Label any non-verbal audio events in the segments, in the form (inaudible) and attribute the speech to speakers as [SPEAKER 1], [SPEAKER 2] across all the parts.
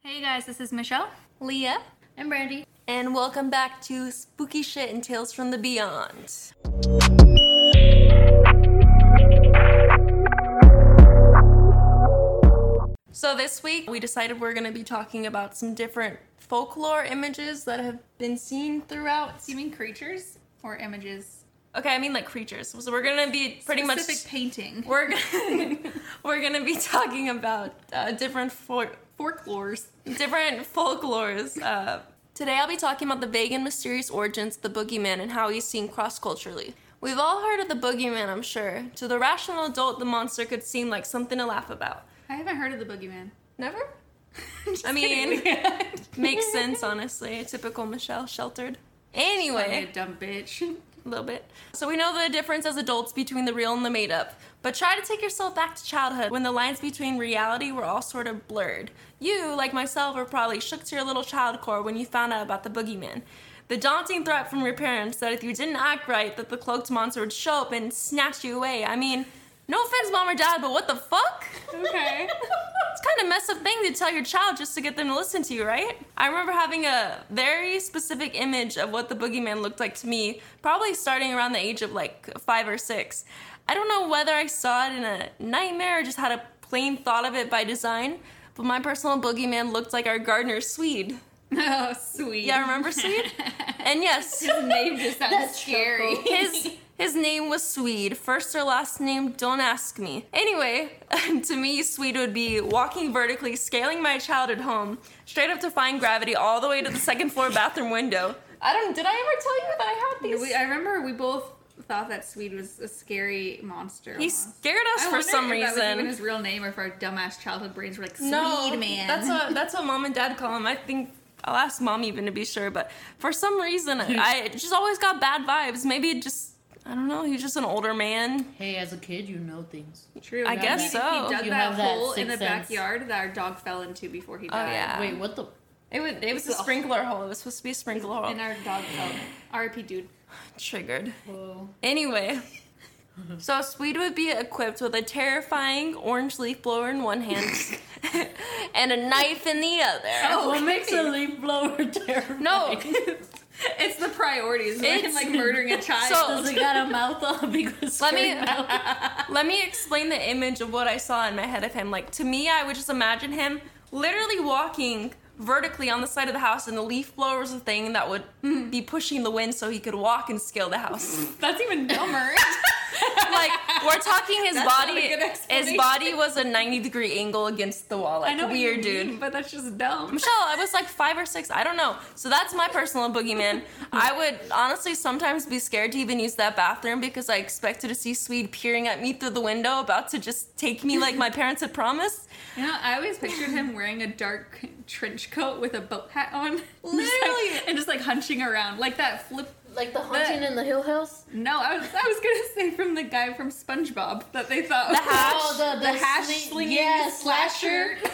[SPEAKER 1] Hey guys, this is Michelle.
[SPEAKER 2] Leah,
[SPEAKER 1] I'm Brandy.
[SPEAKER 2] and welcome back to Spooky Shit and Tales from the Beyond. So, this week we decided we're going to be talking about some different folklore images that have been seen throughout.
[SPEAKER 1] Do you mean creatures or images?
[SPEAKER 2] Okay, I mean like creatures. So, we're going to be pretty much.
[SPEAKER 1] Specific painting.
[SPEAKER 2] We're (laughs) gonna, we're going to be talking about uh, different for-
[SPEAKER 1] Folklores.
[SPEAKER 2] different folklores. Uh, today I'll be talking about the vague and mysterious origins of the boogeyman and how he's seen cross culturally. We've all heard of the boogeyman, I'm sure. To the rational adult, the monster could seem like something to laugh about.
[SPEAKER 1] I haven't heard of the boogeyman. (laughs)
[SPEAKER 2] Never?
[SPEAKER 1] Just
[SPEAKER 2] I mean,
[SPEAKER 1] kidding.
[SPEAKER 2] (laughs)
[SPEAKER 1] (laughs)
[SPEAKER 2] Makes sense, honestly. Typical Michelle, sheltered.
[SPEAKER 1] Call me
[SPEAKER 2] Anyway,
[SPEAKER 1] a dumb
[SPEAKER 2] (laughs)
[SPEAKER 1] bitch.
[SPEAKER 2] a little bit. So we know the difference as adults between the real and the made up. But try to take yourself back to childhood when the lines between reality were all sort of blurred. You, like myself, were probably shook to your little child core when you found out about the boogeyman. The daunting threat from your parents that if you didn't act right, that the cloaked monster would show up and snatch you away. I mean, no offense, mom or dad, but what the fuck?
[SPEAKER 1] Okay.
[SPEAKER 2] (laughs) It's kind of messed up thing to tell your child just to get them to listen to you, right? I remember having a very specific image of what the boogeyman looked like to me, probably starting around the age of like five or six. I don't know whether I saw it in a nightmare or just had a plain thought of it by design, but my personal boogeyman looked like our gardener Swede.
[SPEAKER 1] (laughs) Oh, sweet.
[SPEAKER 2] Yeah, remember Swede? and
[SPEAKER 1] (laughs)
[SPEAKER 2] yes,
[SPEAKER 1] His name just sounds scary.
[SPEAKER 2] (laughs) his his name was Swede. First or last name, don't ask me. Anyway, (laughs) to me, Swede would be walking vertically, scaling my childhood home, straight up to find gravity all the way to the second floor bathroom window. I don't. Did I ever tell you that I had these?
[SPEAKER 1] we, I remember we both thought that Swede was a scary monster.
[SPEAKER 2] he
[SPEAKER 1] almost.
[SPEAKER 2] scared us
[SPEAKER 1] I
[SPEAKER 2] for
[SPEAKER 1] wonder
[SPEAKER 2] some
[SPEAKER 1] if That was even
[SPEAKER 2] reason.
[SPEAKER 1] his real name, or if our dumbass childhood brains were like, Swede man.
[SPEAKER 2] that's what that's what mom and dad call him. I think. I'll ask mom even to be sure, but for some reason I just always got bad vibes. Maybe it just I don't know. He's just an older man.
[SPEAKER 3] Hey, as a kid, you know things.
[SPEAKER 1] True.
[SPEAKER 2] I
[SPEAKER 1] no,
[SPEAKER 2] guess
[SPEAKER 1] he,
[SPEAKER 2] so.
[SPEAKER 1] He dug
[SPEAKER 3] You
[SPEAKER 1] that,
[SPEAKER 3] have that
[SPEAKER 1] hole in the
[SPEAKER 3] sixth sense.
[SPEAKER 1] backyard that our dog fell into before he died.
[SPEAKER 2] Oh, yeah.
[SPEAKER 3] Wait, what the?
[SPEAKER 2] It was, it was a
[SPEAKER 1] Ugh.
[SPEAKER 2] sprinkler hole. It was supposed to be a sprinkler hole.
[SPEAKER 1] And our dog fell. RIP, dude.
[SPEAKER 2] Triggered.
[SPEAKER 3] Whoa.
[SPEAKER 2] Anyway, so Swede would be equipped with a terrifying orange leaf blower in
[SPEAKER 1] (laughs)
[SPEAKER 2] one hand and a knife in the other.
[SPEAKER 1] Oh,
[SPEAKER 3] what makes a leaf blower (laughs) terrifying?
[SPEAKER 2] No.
[SPEAKER 1] (laughs) It's the priorities. It's
[SPEAKER 2] It's-
[SPEAKER 1] like murdering (laughs) a child.
[SPEAKER 2] So-
[SPEAKER 3] Does it got a mouth (laughs) on because
[SPEAKER 2] Let me-
[SPEAKER 3] Mouth.
[SPEAKER 2] Let me explain the image of what I saw in my head of him. Like, to me, I would just imagine him literally walking vertically on the side of the house, and the leaf blower was a thing that would
[SPEAKER 1] Mm-hmm.
[SPEAKER 2] be pushing the wind so he could walk and scale the house.
[SPEAKER 1] (laughs) that's even dumber.
[SPEAKER 2] like, we're talking his
[SPEAKER 1] That's not
[SPEAKER 2] body.
[SPEAKER 1] a good
[SPEAKER 2] His
[SPEAKER 1] explanation.
[SPEAKER 2] body was a 90 degree angle against the wall. Like,
[SPEAKER 1] I know what you
[SPEAKER 2] weird, dude.
[SPEAKER 1] mean, but that's just dumb.
[SPEAKER 2] Michelle, I was like five or six. I don't know. So that's my personal boogeyman. I would honestly sometimes be scared to even use that bathroom because I expected to see Swede peering at me through the window, about to just take me like my parents had promised.
[SPEAKER 1] (laughs) You know, I always pictured him wearing a dark trench coat with a boat hat on, (laughs) Just like-
[SPEAKER 2] Literally.
[SPEAKER 1] and just like hunching around like that flip.
[SPEAKER 3] Like the haunting in the Hill House.
[SPEAKER 1] No, I was I was gonna (laughs) say from the guy from SpongeBob that they thought
[SPEAKER 2] The hat.
[SPEAKER 3] Oh, the
[SPEAKER 1] (laughs)
[SPEAKER 3] the,
[SPEAKER 1] the hash
[SPEAKER 3] sling-
[SPEAKER 1] slinging
[SPEAKER 3] yeah,
[SPEAKER 1] slasher. (laughs)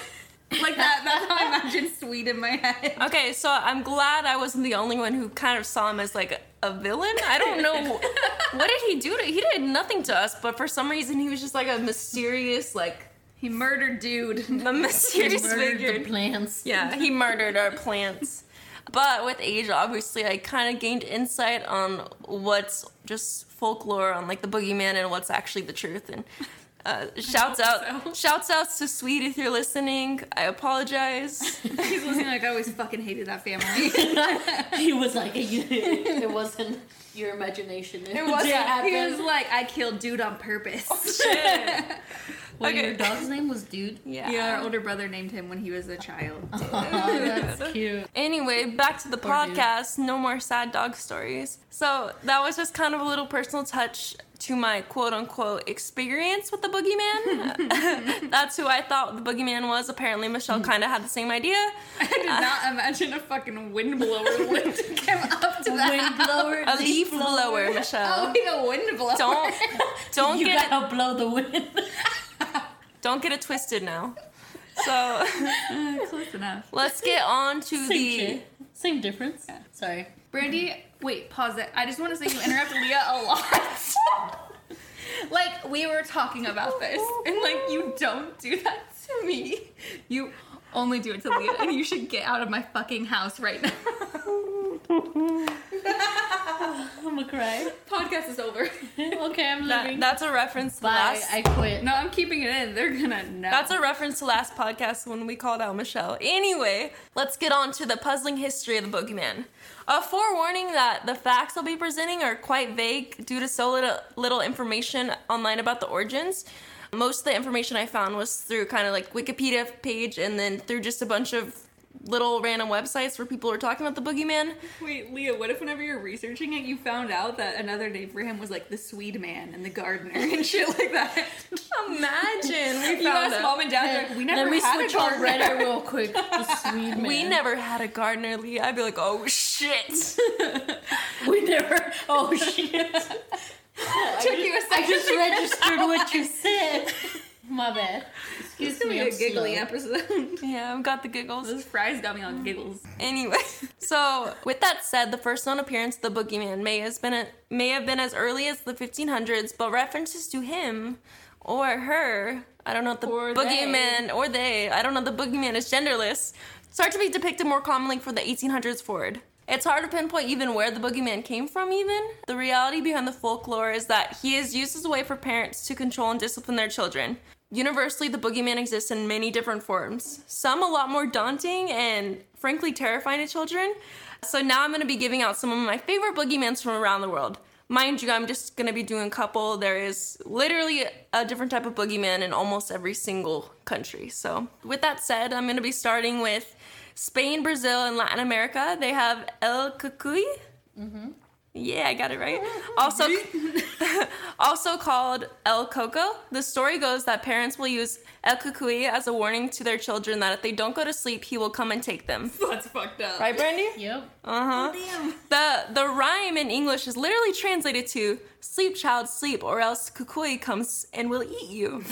[SPEAKER 1] like that. That's how (laughs) I imagine Sweet in my head.
[SPEAKER 2] Okay, so I'm glad I wasn't the only one who kind of saw him as like a, a villain. I don't
[SPEAKER 3] (laughs)
[SPEAKER 2] know. what did he do to He did nothing to us, but for some reason he was just like a mysterious, like,
[SPEAKER 1] He murdered (laughs) dude.
[SPEAKER 2] a mysterious
[SPEAKER 3] Murdered
[SPEAKER 2] figure.
[SPEAKER 3] the plants.
[SPEAKER 2] Yeah, he murdered our plants. But with age, obviously, I kind of gained insight on what's just folklore on like the boogeyman and what's actually the truth. And uh, shouts out,
[SPEAKER 1] so.
[SPEAKER 2] (laughs) shouts outs to Sweet if you're listening. I apologize.
[SPEAKER 1] He's listening like I always fucking hated that family.
[SPEAKER 3] (laughs) he was like, (laughs) it wasn't your imagination.
[SPEAKER 1] (laughs)
[SPEAKER 3] It,
[SPEAKER 2] wasn't. Oh,
[SPEAKER 3] Did happen.
[SPEAKER 1] He was like, I killed dude on purpose. (laughs)
[SPEAKER 2] yeah.
[SPEAKER 3] Wait,
[SPEAKER 2] okay.
[SPEAKER 3] your dog's name was Dude.
[SPEAKER 1] Yeah, our older brother named him when he was a child.
[SPEAKER 2] Oh,
[SPEAKER 3] that's cute.
[SPEAKER 2] Anyway, back to the
[SPEAKER 3] Poor dude.
[SPEAKER 2] podcast. No more sad dog stories. So that was just kind of a little personal touch to my quote unquote experience with the boogeyman. (laughs) That's who I thought the boogeyman was. Apparently, Michelle kind of had the same idea.
[SPEAKER 1] (laughs) I did not imagine a fucking (laughs) windblower wind came up to (laughs) that.
[SPEAKER 2] A
[SPEAKER 3] Windblower.
[SPEAKER 2] leaf blower, Michelle.
[SPEAKER 1] Oh, wait, a windblower.
[SPEAKER 2] Don't don't
[SPEAKER 3] (laughs) You
[SPEAKER 2] get it,
[SPEAKER 3] gotta blow the wind. (laughs)
[SPEAKER 2] don't get it twisted now. So
[SPEAKER 1] Uh, Close enough.
[SPEAKER 2] let's get on to
[SPEAKER 3] Same
[SPEAKER 2] the.
[SPEAKER 3] shit. Same difference. Sorry.
[SPEAKER 1] Brandy, wait, pause it. I just want to say you interrupt Leah a lot. (laughs) like, we were talking about this, and like, you don't do that to me. You only do it to Leah, and you should get out of my fucking house right now. (laughs)
[SPEAKER 3] I'm gonna cry.
[SPEAKER 1] Podcast is over.
[SPEAKER 3] okay, I'm
[SPEAKER 2] That,
[SPEAKER 3] leaving.
[SPEAKER 2] that's a reference to
[SPEAKER 3] Bye.
[SPEAKER 2] last.
[SPEAKER 3] I quit.
[SPEAKER 1] No, I'm keeping it in. They're gonna know.
[SPEAKER 2] that's a reference to last podcast when we called out Michelle. Anyway, let's get on to the puzzling history of the boogeyman. A forewarning that the facts I'll be presenting are quite vague due to so little, little information online about the origins. Most of the information I found was through kind of like Wikipedia page and then through just a bunch of little random websites where people were talking about the boogeyman.
[SPEAKER 1] Wait, Leah, what if whenever you're researching it, you found out that another name for him was like the Swede man and the gardener (laughs) and shit like that?
[SPEAKER 2] Imagine we (laughs)
[SPEAKER 1] you
[SPEAKER 2] found
[SPEAKER 1] ask
[SPEAKER 2] out.
[SPEAKER 1] mom and dad, they're like, we never
[SPEAKER 3] Let me
[SPEAKER 1] had
[SPEAKER 3] switch
[SPEAKER 1] a
[SPEAKER 3] on
[SPEAKER 1] gardener.
[SPEAKER 3] Reddit real quick. The
[SPEAKER 1] (laughs)
[SPEAKER 3] Swede man.
[SPEAKER 2] We never had a gardener, Lee. I'd be like, oh shit. (laughs)
[SPEAKER 3] We never.
[SPEAKER 1] (laughs)
[SPEAKER 3] Oh (laughs) shit!
[SPEAKER 1] Took you a
[SPEAKER 3] I
[SPEAKER 1] second.
[SPEAKER 3] just registered what
[SPEAKER 1] (laughs)
[SPEAKER 3] you said. My bad. Excuse
[SPEAKER 1] It's gonna
[SPEAKER 3] me.
[SPEAKER 1] be a
[SPEAKER 3] I'm
[SPEAKER 1] giggly
[SPEAKER 3] slow.
[SPEAKER 1] episode. (laughs)
[SPEAKER 2] yeah, I've got the giggles.
[SPEAKER 1] this fries got me
[SPEAKER 2] Mm.
[SPEAKER 1] on giggles.
[SPEAKER 2] Anyway, (laughs) so with that said, the first known appearance of the boogeyman may has been may have been as early as the 1500s, but references to him or her, I don't know if the
[SPEAKER 3] Or they.
[SPEAKER 2] boogeyman or they, I don't know if the boogeyman is genderless, start to be depicted more commonly for the 1800s forward. It's hard to pinpoint even where the boogeyman came from, even. The reality behind the folklore is that he is used as a way for parents to control and discipline their children. Universally, the boogeyman exists in many different forms, some a lot more daunting and frankly terrifying to children. So now I'm gonna be giving out some of my favorite boogeymans from around the world. Mind you, I'm just gonna be doing a couple. There is literally a different type of boogeyman in almost every single country. So, with that said, I'm gonna be starting with Spain, Brazil, and Latin America. They have El Cucuy. Mm-hmm. Yeah, I got it right. (laughs) Also, also called El Coco. The story goes that parents will use El Cucuy as a warning to their children that if they don't go to sleep, he will come and take them.
[SPEAKER 1] (laughs) That's fucked up.
[SPEAKER 2] Right, Brandy?
[SPEAKER 3] Yep.
[SPEAKER 2] Uh huh.
[SPEAKER 1] Damn.
[SPEAKER 2] The the rhyme in English is literally translated to "Sleep, child, sleep, or else Kukui comes and will eat
[SPEAKER 3] (laughs)
[SPEAKER 2] you."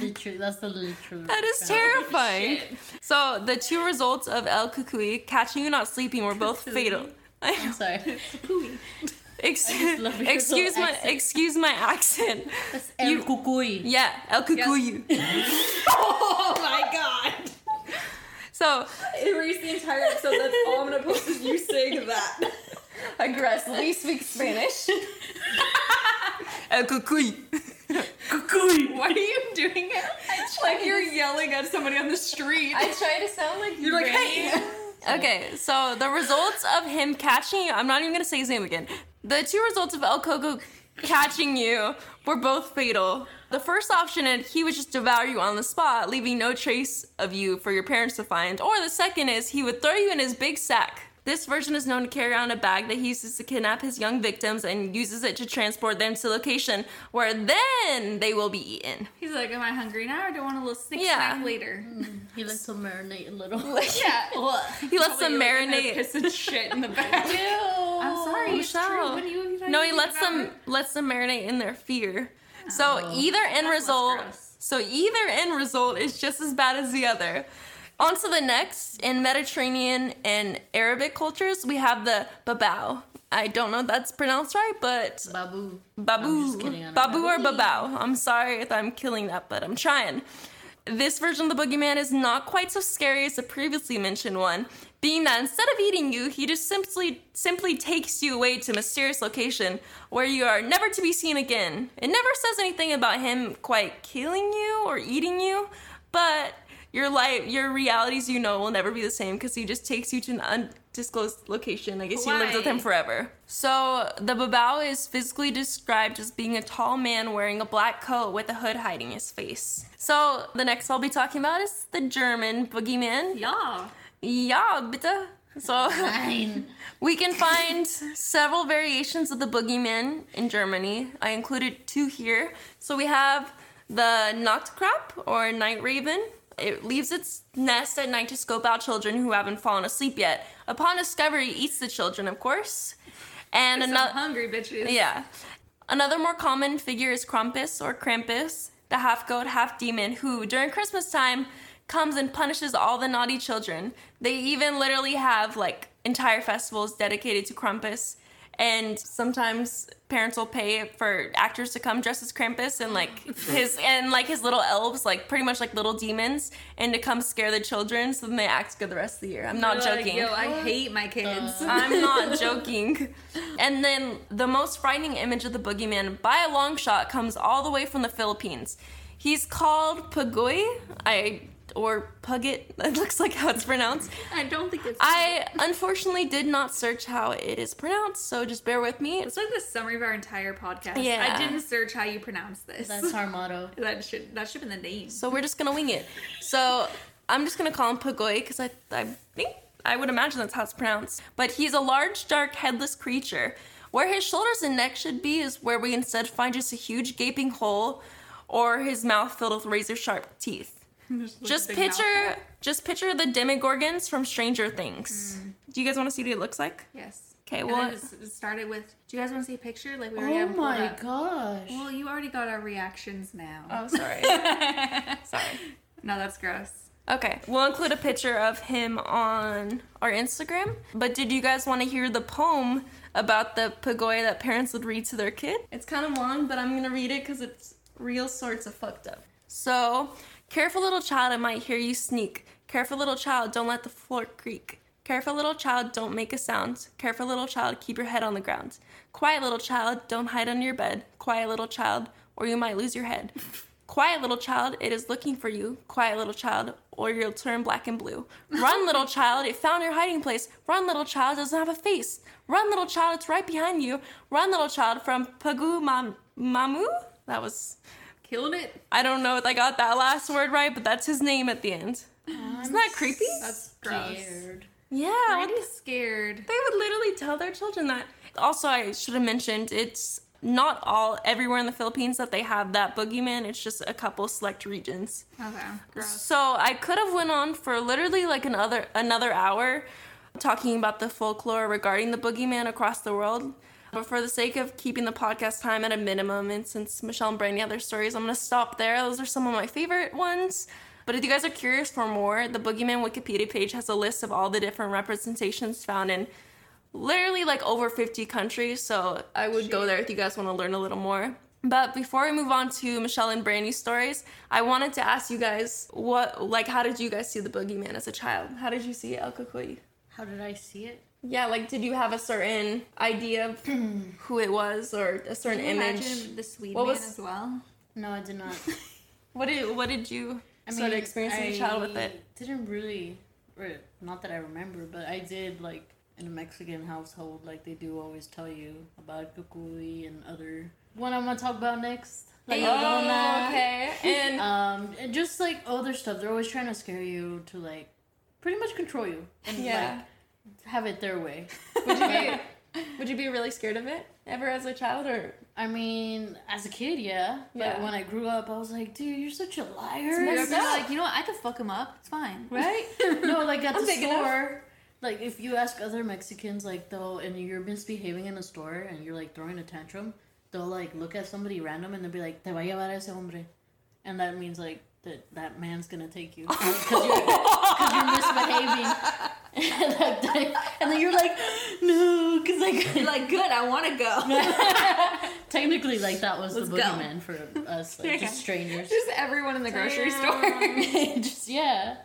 [SPEAKER 3] Literally, that's the literal.
[SPEAKER 2] That is terrifying. So the two results of El Kukui catching you not sleeping were both fatal. (laughs) I know.
[SPEAKER 1] (laughs)
[SPEAKER 3] I'm sorry.
[SPEAKER 2] Ex-
[SPEAKER 3] love your
[SPEAKER 2] excuse
[SPEAKER 3] little
[SPEAKER 2] my
[SPEAKER 3] accent.
[SPEAKER 2] excuse my accent.
[SPEAKER 3] That's El
[SPEAKER 2] You-
[SPEAKER 3] Cucuy.
[SPEAKER 2] Yeah, El
[SPEAKER 1] (laughs)
[SPEAKER 2] Kukui.
[SPEAKER 1] Oh my god.
[SPEAKER 2] So
[SPEAKER 1] Erase the entire episode. That's all I'm gonna post is you saying (laughs) that.
[SPEAKER 2] aggressively
[SPEAKER 1] (laughs)
[SPEAKER 2] speak Spanish. El Kukui.
[SPEAKER 3] Cucuy.
[SPEAKER 1] Why are you doing it? Like you're yelling at somebody on the street.
[SPEAKER 2] (laughs) try to sound like
[SPEAKER 1] you're like, hey.
[SPEAKER 2] (laughs) Okay, so the results of him catching you, I'm not even gonna say his name again. The two results of El Coco catching you were both fatal. The first option is he would just devour you on the spot, leaving no trace of you for your parents to find. Or the second is he would throw you in his big sack. This version is known to carry around a bag that he uses to kidnap his young victims and uses it to transport them to location where then they will be eaten.
[SPEAKER 1] He's like, am I hungry now or do I want a little six
[SPEAKER 2] Yeah. Mm.
[SPEAKER 1] snack later?
[SPEAKER 3] He lets them marinate
[SPEAKER 1] (laughs)
[SPEAKER 3] a little.
[SPEAKER 1] Yeah.
[SPEAKER 2] He lets them marinate.
[SPEAKER 1] Piss and shit in the back. (laughs) I'm sorry, it's true.
[SPEAKER 2] Michelle.
[SPEAKER 1] What do you- you don't
[SPEAKER 2] Oh, No, he
[SPEAKER 1] even
[SPEAKER 2] lets
[SPEAKER 1] think about
[SPEAKER 2] them
[SPEAKER 1] it?
[SPEAKER 2] lets them marinate in their fear. So either end
[SPEAKER 1] what's
[SPEAKER 2] result
[SPEAKER 1] gross.
[SPEAKER 2] so either end result is just as bad as the other. On to the next in Mediterranean and Arabic cultures, we have the babao. I don't know if that's pronounced right, but
[SPEAKER 3] Babu. I'm
[SPEAKER 2] Babu,
[SPEAKER 3] just kidding, I don't
[SPEAKER 2] Babu
[SPEAKER 3] know.
[SPEAKER 2] or Babao. I'm sorry if I'm killing that, but I'm trying. This version of the boogeyman is not quite so scary as the previously mentioned one, being that instead of eating you, he just simply simply takes you away to a mysterious location where you are never to be seen again. It never says anything about him quite killing you or eating you, but your life, your realities you know will never be the same because he just takes you to an undisclosed location. I guess you lived with him
[SPEAKER 1] Why?
[SPEAKER 2] forever. So the babao is physically described as being a tall man wearing a black coat with a hood hiding his face. So the next I'll be talking about is the German boogeyman.
[SPEAKER 1] Yeah.
[SPEAKER 2] Ja, bitte. So (laughs)
[SPEAKER 3] Fine.
[SPEAKER 2] we can find several variations of the boogeyman in Germany. I included two here. So we have the Nachtkrab or night raven. It leaves its nest at night to scope out children who haven't fallen asleep yet. Upon discovery, it eats the children, of course. And
[SPEAKER 1] Some
[SPEAKER 2] another
[SPEAKER 1] hungry bitches.
[SPEAKER 2] yeah. Another more common figure is Krampus or Krampus, the half goat, half demon, who during Christmas time comes and punishes all the naughty children. They even literally have like entire festivals dedicated to Krampus. And sometimes parents will pay for actors to come dressed as Krampus and
[SPEAKER 1] (laughs)
[SPEAKER 2] like his and like his little elves, like pretty much like little demons, and to come scare the children so then they act good the rest of the year. I'm not
[SPEAKER 1] They're like,
[SPEAKER 2] joking. Uh,
[SPEAKER 1] Yo, I hate my kids.
[SPEAKER 2] I'm not joking. And then the most frightening image of the boogeyman by a long shot comes all the way from the Philippines. He's called Pagoy, I or Pugget. (laughs) It looks like how it's pronounced.
[SPEAKER 1] (laughs) I don't think it's.
[SPEAKER 2] I unfortunately did not search how it is pronounced, so just bear with me.
[SPEAKER 1] It's like the summary of our entire podcast.
[SPEAKER 2] Yeah.
[SPEAKER 1] I didn't search how you pronounce this.
[SPEAKER 3] That's our motto.
[SPEAKER 1] (laughs) that should that should have been the name.
[SPEAKER 2] So we're just gonna wing it. So I'm just gonna call him Pagoy because I, I think I would imagine that's how it's pronounced. But he's a large, dark, headless creature. Where his shoulders and neck should be is where we instead find just a huge gaping hole, or his mouth filled with razor sharp teeth.
[SPEAKER 1] Just, like
[SPEAKER 2] Just
[SPEAKER 1] a big
[SPEAKER 2] picture,
[SPEAKER 1] mouthful.
[SPEAKER 2] just picture the Demogorgons from Stranger Things. Do you guys want to see what it looks like?
[SPEAKER 1] Yes.
[SPEAKER 2] Okay,
[SPEAKER 1] And
[SPEAKER 2] well-
[SPEAKER 1] then it s- it started with. Do you guys want to see a picture? Like we already
[SPEAKER 3] Oh
[SPEAKER 1] have it pulled
[SPEAKER 3] my
[SPEAKER 1] up.
[SPEAKER 3] gosh.
[SPEAKER 1] Well, you already got our reactions now.
[SPEAKER 2] Oh, (laughs) sorry, sorry.
[SPEAKER 1] No, that's gross.
[SPEAKER 2] Okay, we'll include a picture of him on our Instagram. But did you guys want to hear the poem about the pagoy that parents would read to their kid? It's kind of long, but I'm gonna read it because it's real sorts of fucked up. So, careful little child, I might hear you sneak. Careful little child, don't let the floor creak. Careful little child, don't make a sound. Careful little child, keep your head on the ground. Quiet little child, don't hide under your bed. Quiet little child, or you might lose your head. Quiet little child, it is looking for you. Quiet little child, or you'll turn black and blue. Run, little child, it found your hiding place. Run, little child, it doesn't have a face. Run, little child, it's right behind you. Run, little child, from Pagu Mam- Mamu? That was.
[SPEAKER 1] Killed it.
[SPEAKER 2] I don't know if I got that last word right, but that's his name at the end. Isn't that creepy?
[SPEAKER 1] That's gross.
[SPEAKER 3] Scared.
[SPEAKER 2] Yeah. what
[SPEAKER 1] Pretty
[SPEAKER 2] the-
[SPEAKER 1] scared.
[SPEAKER 2] they would literally tell their children that. Also, I should have mentioned it's not all everywhere in the Philippines that they have that boogeyman. It's just a couple select regions.
[SPEAKER 1] Okay, gross.
[SPEAKER 2] So I could have went on for literally like another another hour talking about the folklore regarding the boogeyman across the world. But for the sake of keeping the podcast time at a minimum, and since Michelle and Brandy have their stories, I'm gonna stop there. Those are some of my favorite ones. But if you guys are curious for more, the Boogeyman Wikipedia page has a list of all the different representations found in literally like over 50 countries. So I would go there if you guys want to learn a little more. But before we move on to Michelle and Brandy's stories, I wanted to ask you guys what, like, how did you guys see the boogeyman as a child? How did you see El Cucuy?
[SPEAKER 3] How did I see it?
[SPEAKER 2] Yeah, like, did you have a certain idea (clears throat) of who it was or a certain
[SPEAKER 1] Can you
[SPEAKER 2] image?
[SPEAKER 1] Imagine the Swede
[SPEAKER 2] What
[SPEAKER 1] man
[SPEAKER 2] was-
[SPEAKER 1] as well.
[SPEAKER 3] No, I
[SPEAKER 2] (laughs)
[SPEAKER 3] did not.
[SPEAKER 2] What did what did you
[SPEAKER 3] I
[SPEAKER 2] sort of experience as a child with
[SPEAKER 3] I
[SPEAKER 2] it?
[SPEAKER 3] Didn't really, or not that I remember, but I did like in a Mexican household, like they do always tell you about cucuy and other. One I'm gonna talk about next, like Madonna.
[SPEAKER 2] Oh, okay. (laughs) And
[SPEAKER 3] Um, and just like other stuff, they're always trying to scare you to like, pretty much control you and
[SPEAKER 2] yeah,
[SPEAKER 3] like have it
[SPEAKER 2] (laughs)
[SPEAKER 3] their way.
[SPEAKER 2] would you be would you be really scared of it ever as a child (laughs) or
[SPEAKER 3] I mean, as a kid, yeah.
[SPEAKER 2] Yeah.
[SPEAKER 3] But when I grew up, I was like, dude, you're such a
[SPEAKER 1] You
[SPEAKER 3] liar.
[SPEAKER 2] messed
[SPEAKER 1] ever
[SPEAKER 2] up.
[SPEAKER 1] like, you know what? I could fuck him up. It's fine.
[SPEAKER 2] right?
[SPEAKER 3] no, like at
[SPEAKER 2] I'm
[SPEAKER 3] the
[SPEAKER 2] big enough.
[SPEAKER 3] store. Like if you ask other Mexicans, like though, and you're misbehaving in a store and you're like throwing a tantrum, they'll like look at somebody random and they'll be like, "Te va a llevar ese hombre," and that means like that that man's gonna take you because you're, 'cause you're misbehaving. (laughs) and, like, they- and then you're like, "No," because like (laughs)
[SPEAKER 1] like, good. I want to go.
[SPEAKER 3] technically, like that was
[SPEAKER 1] Let's
[SPEAKER 3] the
[SPEAKER 1] go.
[SPEAKER 3] boogeyman for us, like just
[SPEAKER 1] (laughs)
[SPEAKER 3] strangers.
[SPEAKER 1] Just everyone in the grocery (laughs) store.
[SPEAKER 3] just yeah.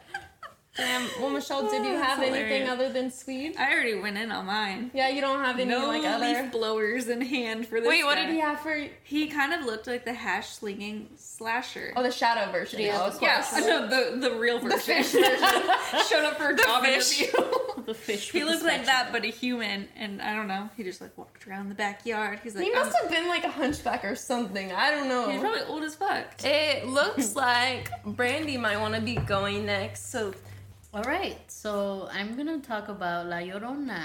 [SPEAKER 2] Damn. Well, Michelle, did you
[SPEAKER 1] That's
[SPEAKER 2] have anything
[SPEAKER 1] hilarious.
[SPEAKER 2] other than Swede?
[SPEAKER 1] I already went in on mine.
[SPEAKER 2] Yeah, you don't have any
[SPEAKER 1] No
[SPEAKER 2] like
[SPEAKER 1] leaf
[SPEAKER 2] other.
[SPEAKER 1] blowers in hand for this.
[SPEAKER 2] Wait, what
[SPEAKER 1] guy.
[SPEAKER 2] did he have for?
[SPEAKER 1] He kind of looked like the hash slinging slasher.
[SPEAKER 2] Oh, the shadow version.
[SPEAKER 3] Yeah.
[SPEAKER 2] Oh, of course.
[SPEAKER 1] yeah, (laughs)
[SPEAKER 2] (laughs)
[SPEAKER 1] no, the the real version. (laughs) showed up for a job
[SPEAKER 2] fish.
[SPEAKER 1] interview.
[SPEAKER 3] The
[SPEAKER 1] (laughs)
[SPEAKER 3] fish.
[SPEAKER 1] he
[SPEAKER 3] with the
[SPEAKER 1] looked like
[SPEAKER 3] spatula.
[SPEAKER 1] that, but a human. And I don't know. He just like walked around the backyard. He's like,
[SPEAKER 2] He
[SPEAKER 1] I'm-
[SPEAKER 2] must have been like a hunchback or something. I don't know.
[SPEAKER 1] he's probably old as fuck.
[SPEAKER 2] (laughs) It looks like Brandy might want to be going next. So
[SPEAKER 3] All right, so I'm gonna talk about La Llorona.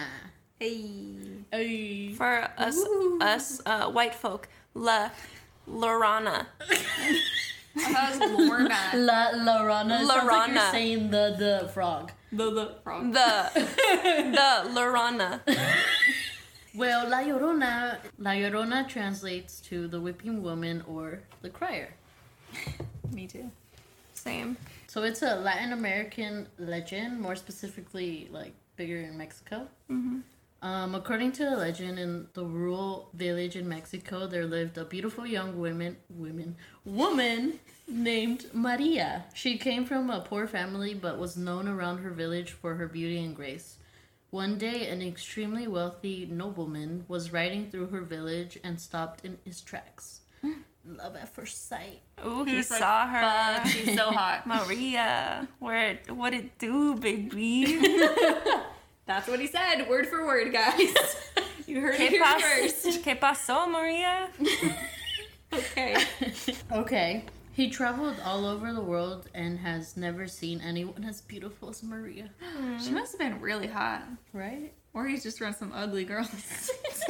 [SPEAKER 1] Hey.
[SPEAKER 3] Hey.
[SPEAKER 2] for us, us uh, white folk, La
[SPEAKER 1] I
[SPEAKER 2] Lorana.
[SPEAKER 1] thought it was Lorna.
[SPEAKER 3] (laughs) La Llorona. it sounds Like
[SPEAKER 2] Llorona.
[SPEAKER 3] you're saying the the frog.
[SPEAKER 1] the the frog.
[SPEAKER 2] (laughs) The the Lorana.
[SPEAKER 3] Well, La Llorona. La Llorona translates to the whipping woman or the crier.
[SPEAKER 1] Me too.
[SPEAKER 2] Same.
[SPEAKER 3] So it's a Latin American legend, more specifically, like bigger in Mexico. Mm-hmm. Um, according to the legend, in the rural village in Mexico, there lived a beautiful young woman, woman, woman named Maria. She came from a poor family, but was known around her village for her beauty and grace. One day, an extremely wealthy nobleman was riding through her village and stopped in his tracks. Love at first sight.
[SPEAKER 2] Ooh, he
[SPEAKER 1] He's like,
[SPEAKER 2] saw her.
[SPEAKER 1] Fuck, she's so (laughs) hot.
[SPEAKER 2] (laughs) Maria, where what it do, (laughs) baby?
[SPEAKER 1] That's what he said, word for word, guys. (laughs) you heard it
[SPEAKER 2] ¿Qué,
[SPEAKER 1] here
[SPEAKER 2] pas-
[SPEAKER 1] first.
[SPEAKER 2] ¿Qué pasó, (laughs) Maria?
[SPEAKER 1] Okay.
[SPEAKER 3] Okay. He traveled all over the world and has never seen anyone as beautiful as Maria.
[SPEAKER 1] (laughs) She must have been really hot.
[SPEAKER 3] Right?
[SPEAKER 1] Or he's just around some ugly girls. (laughs)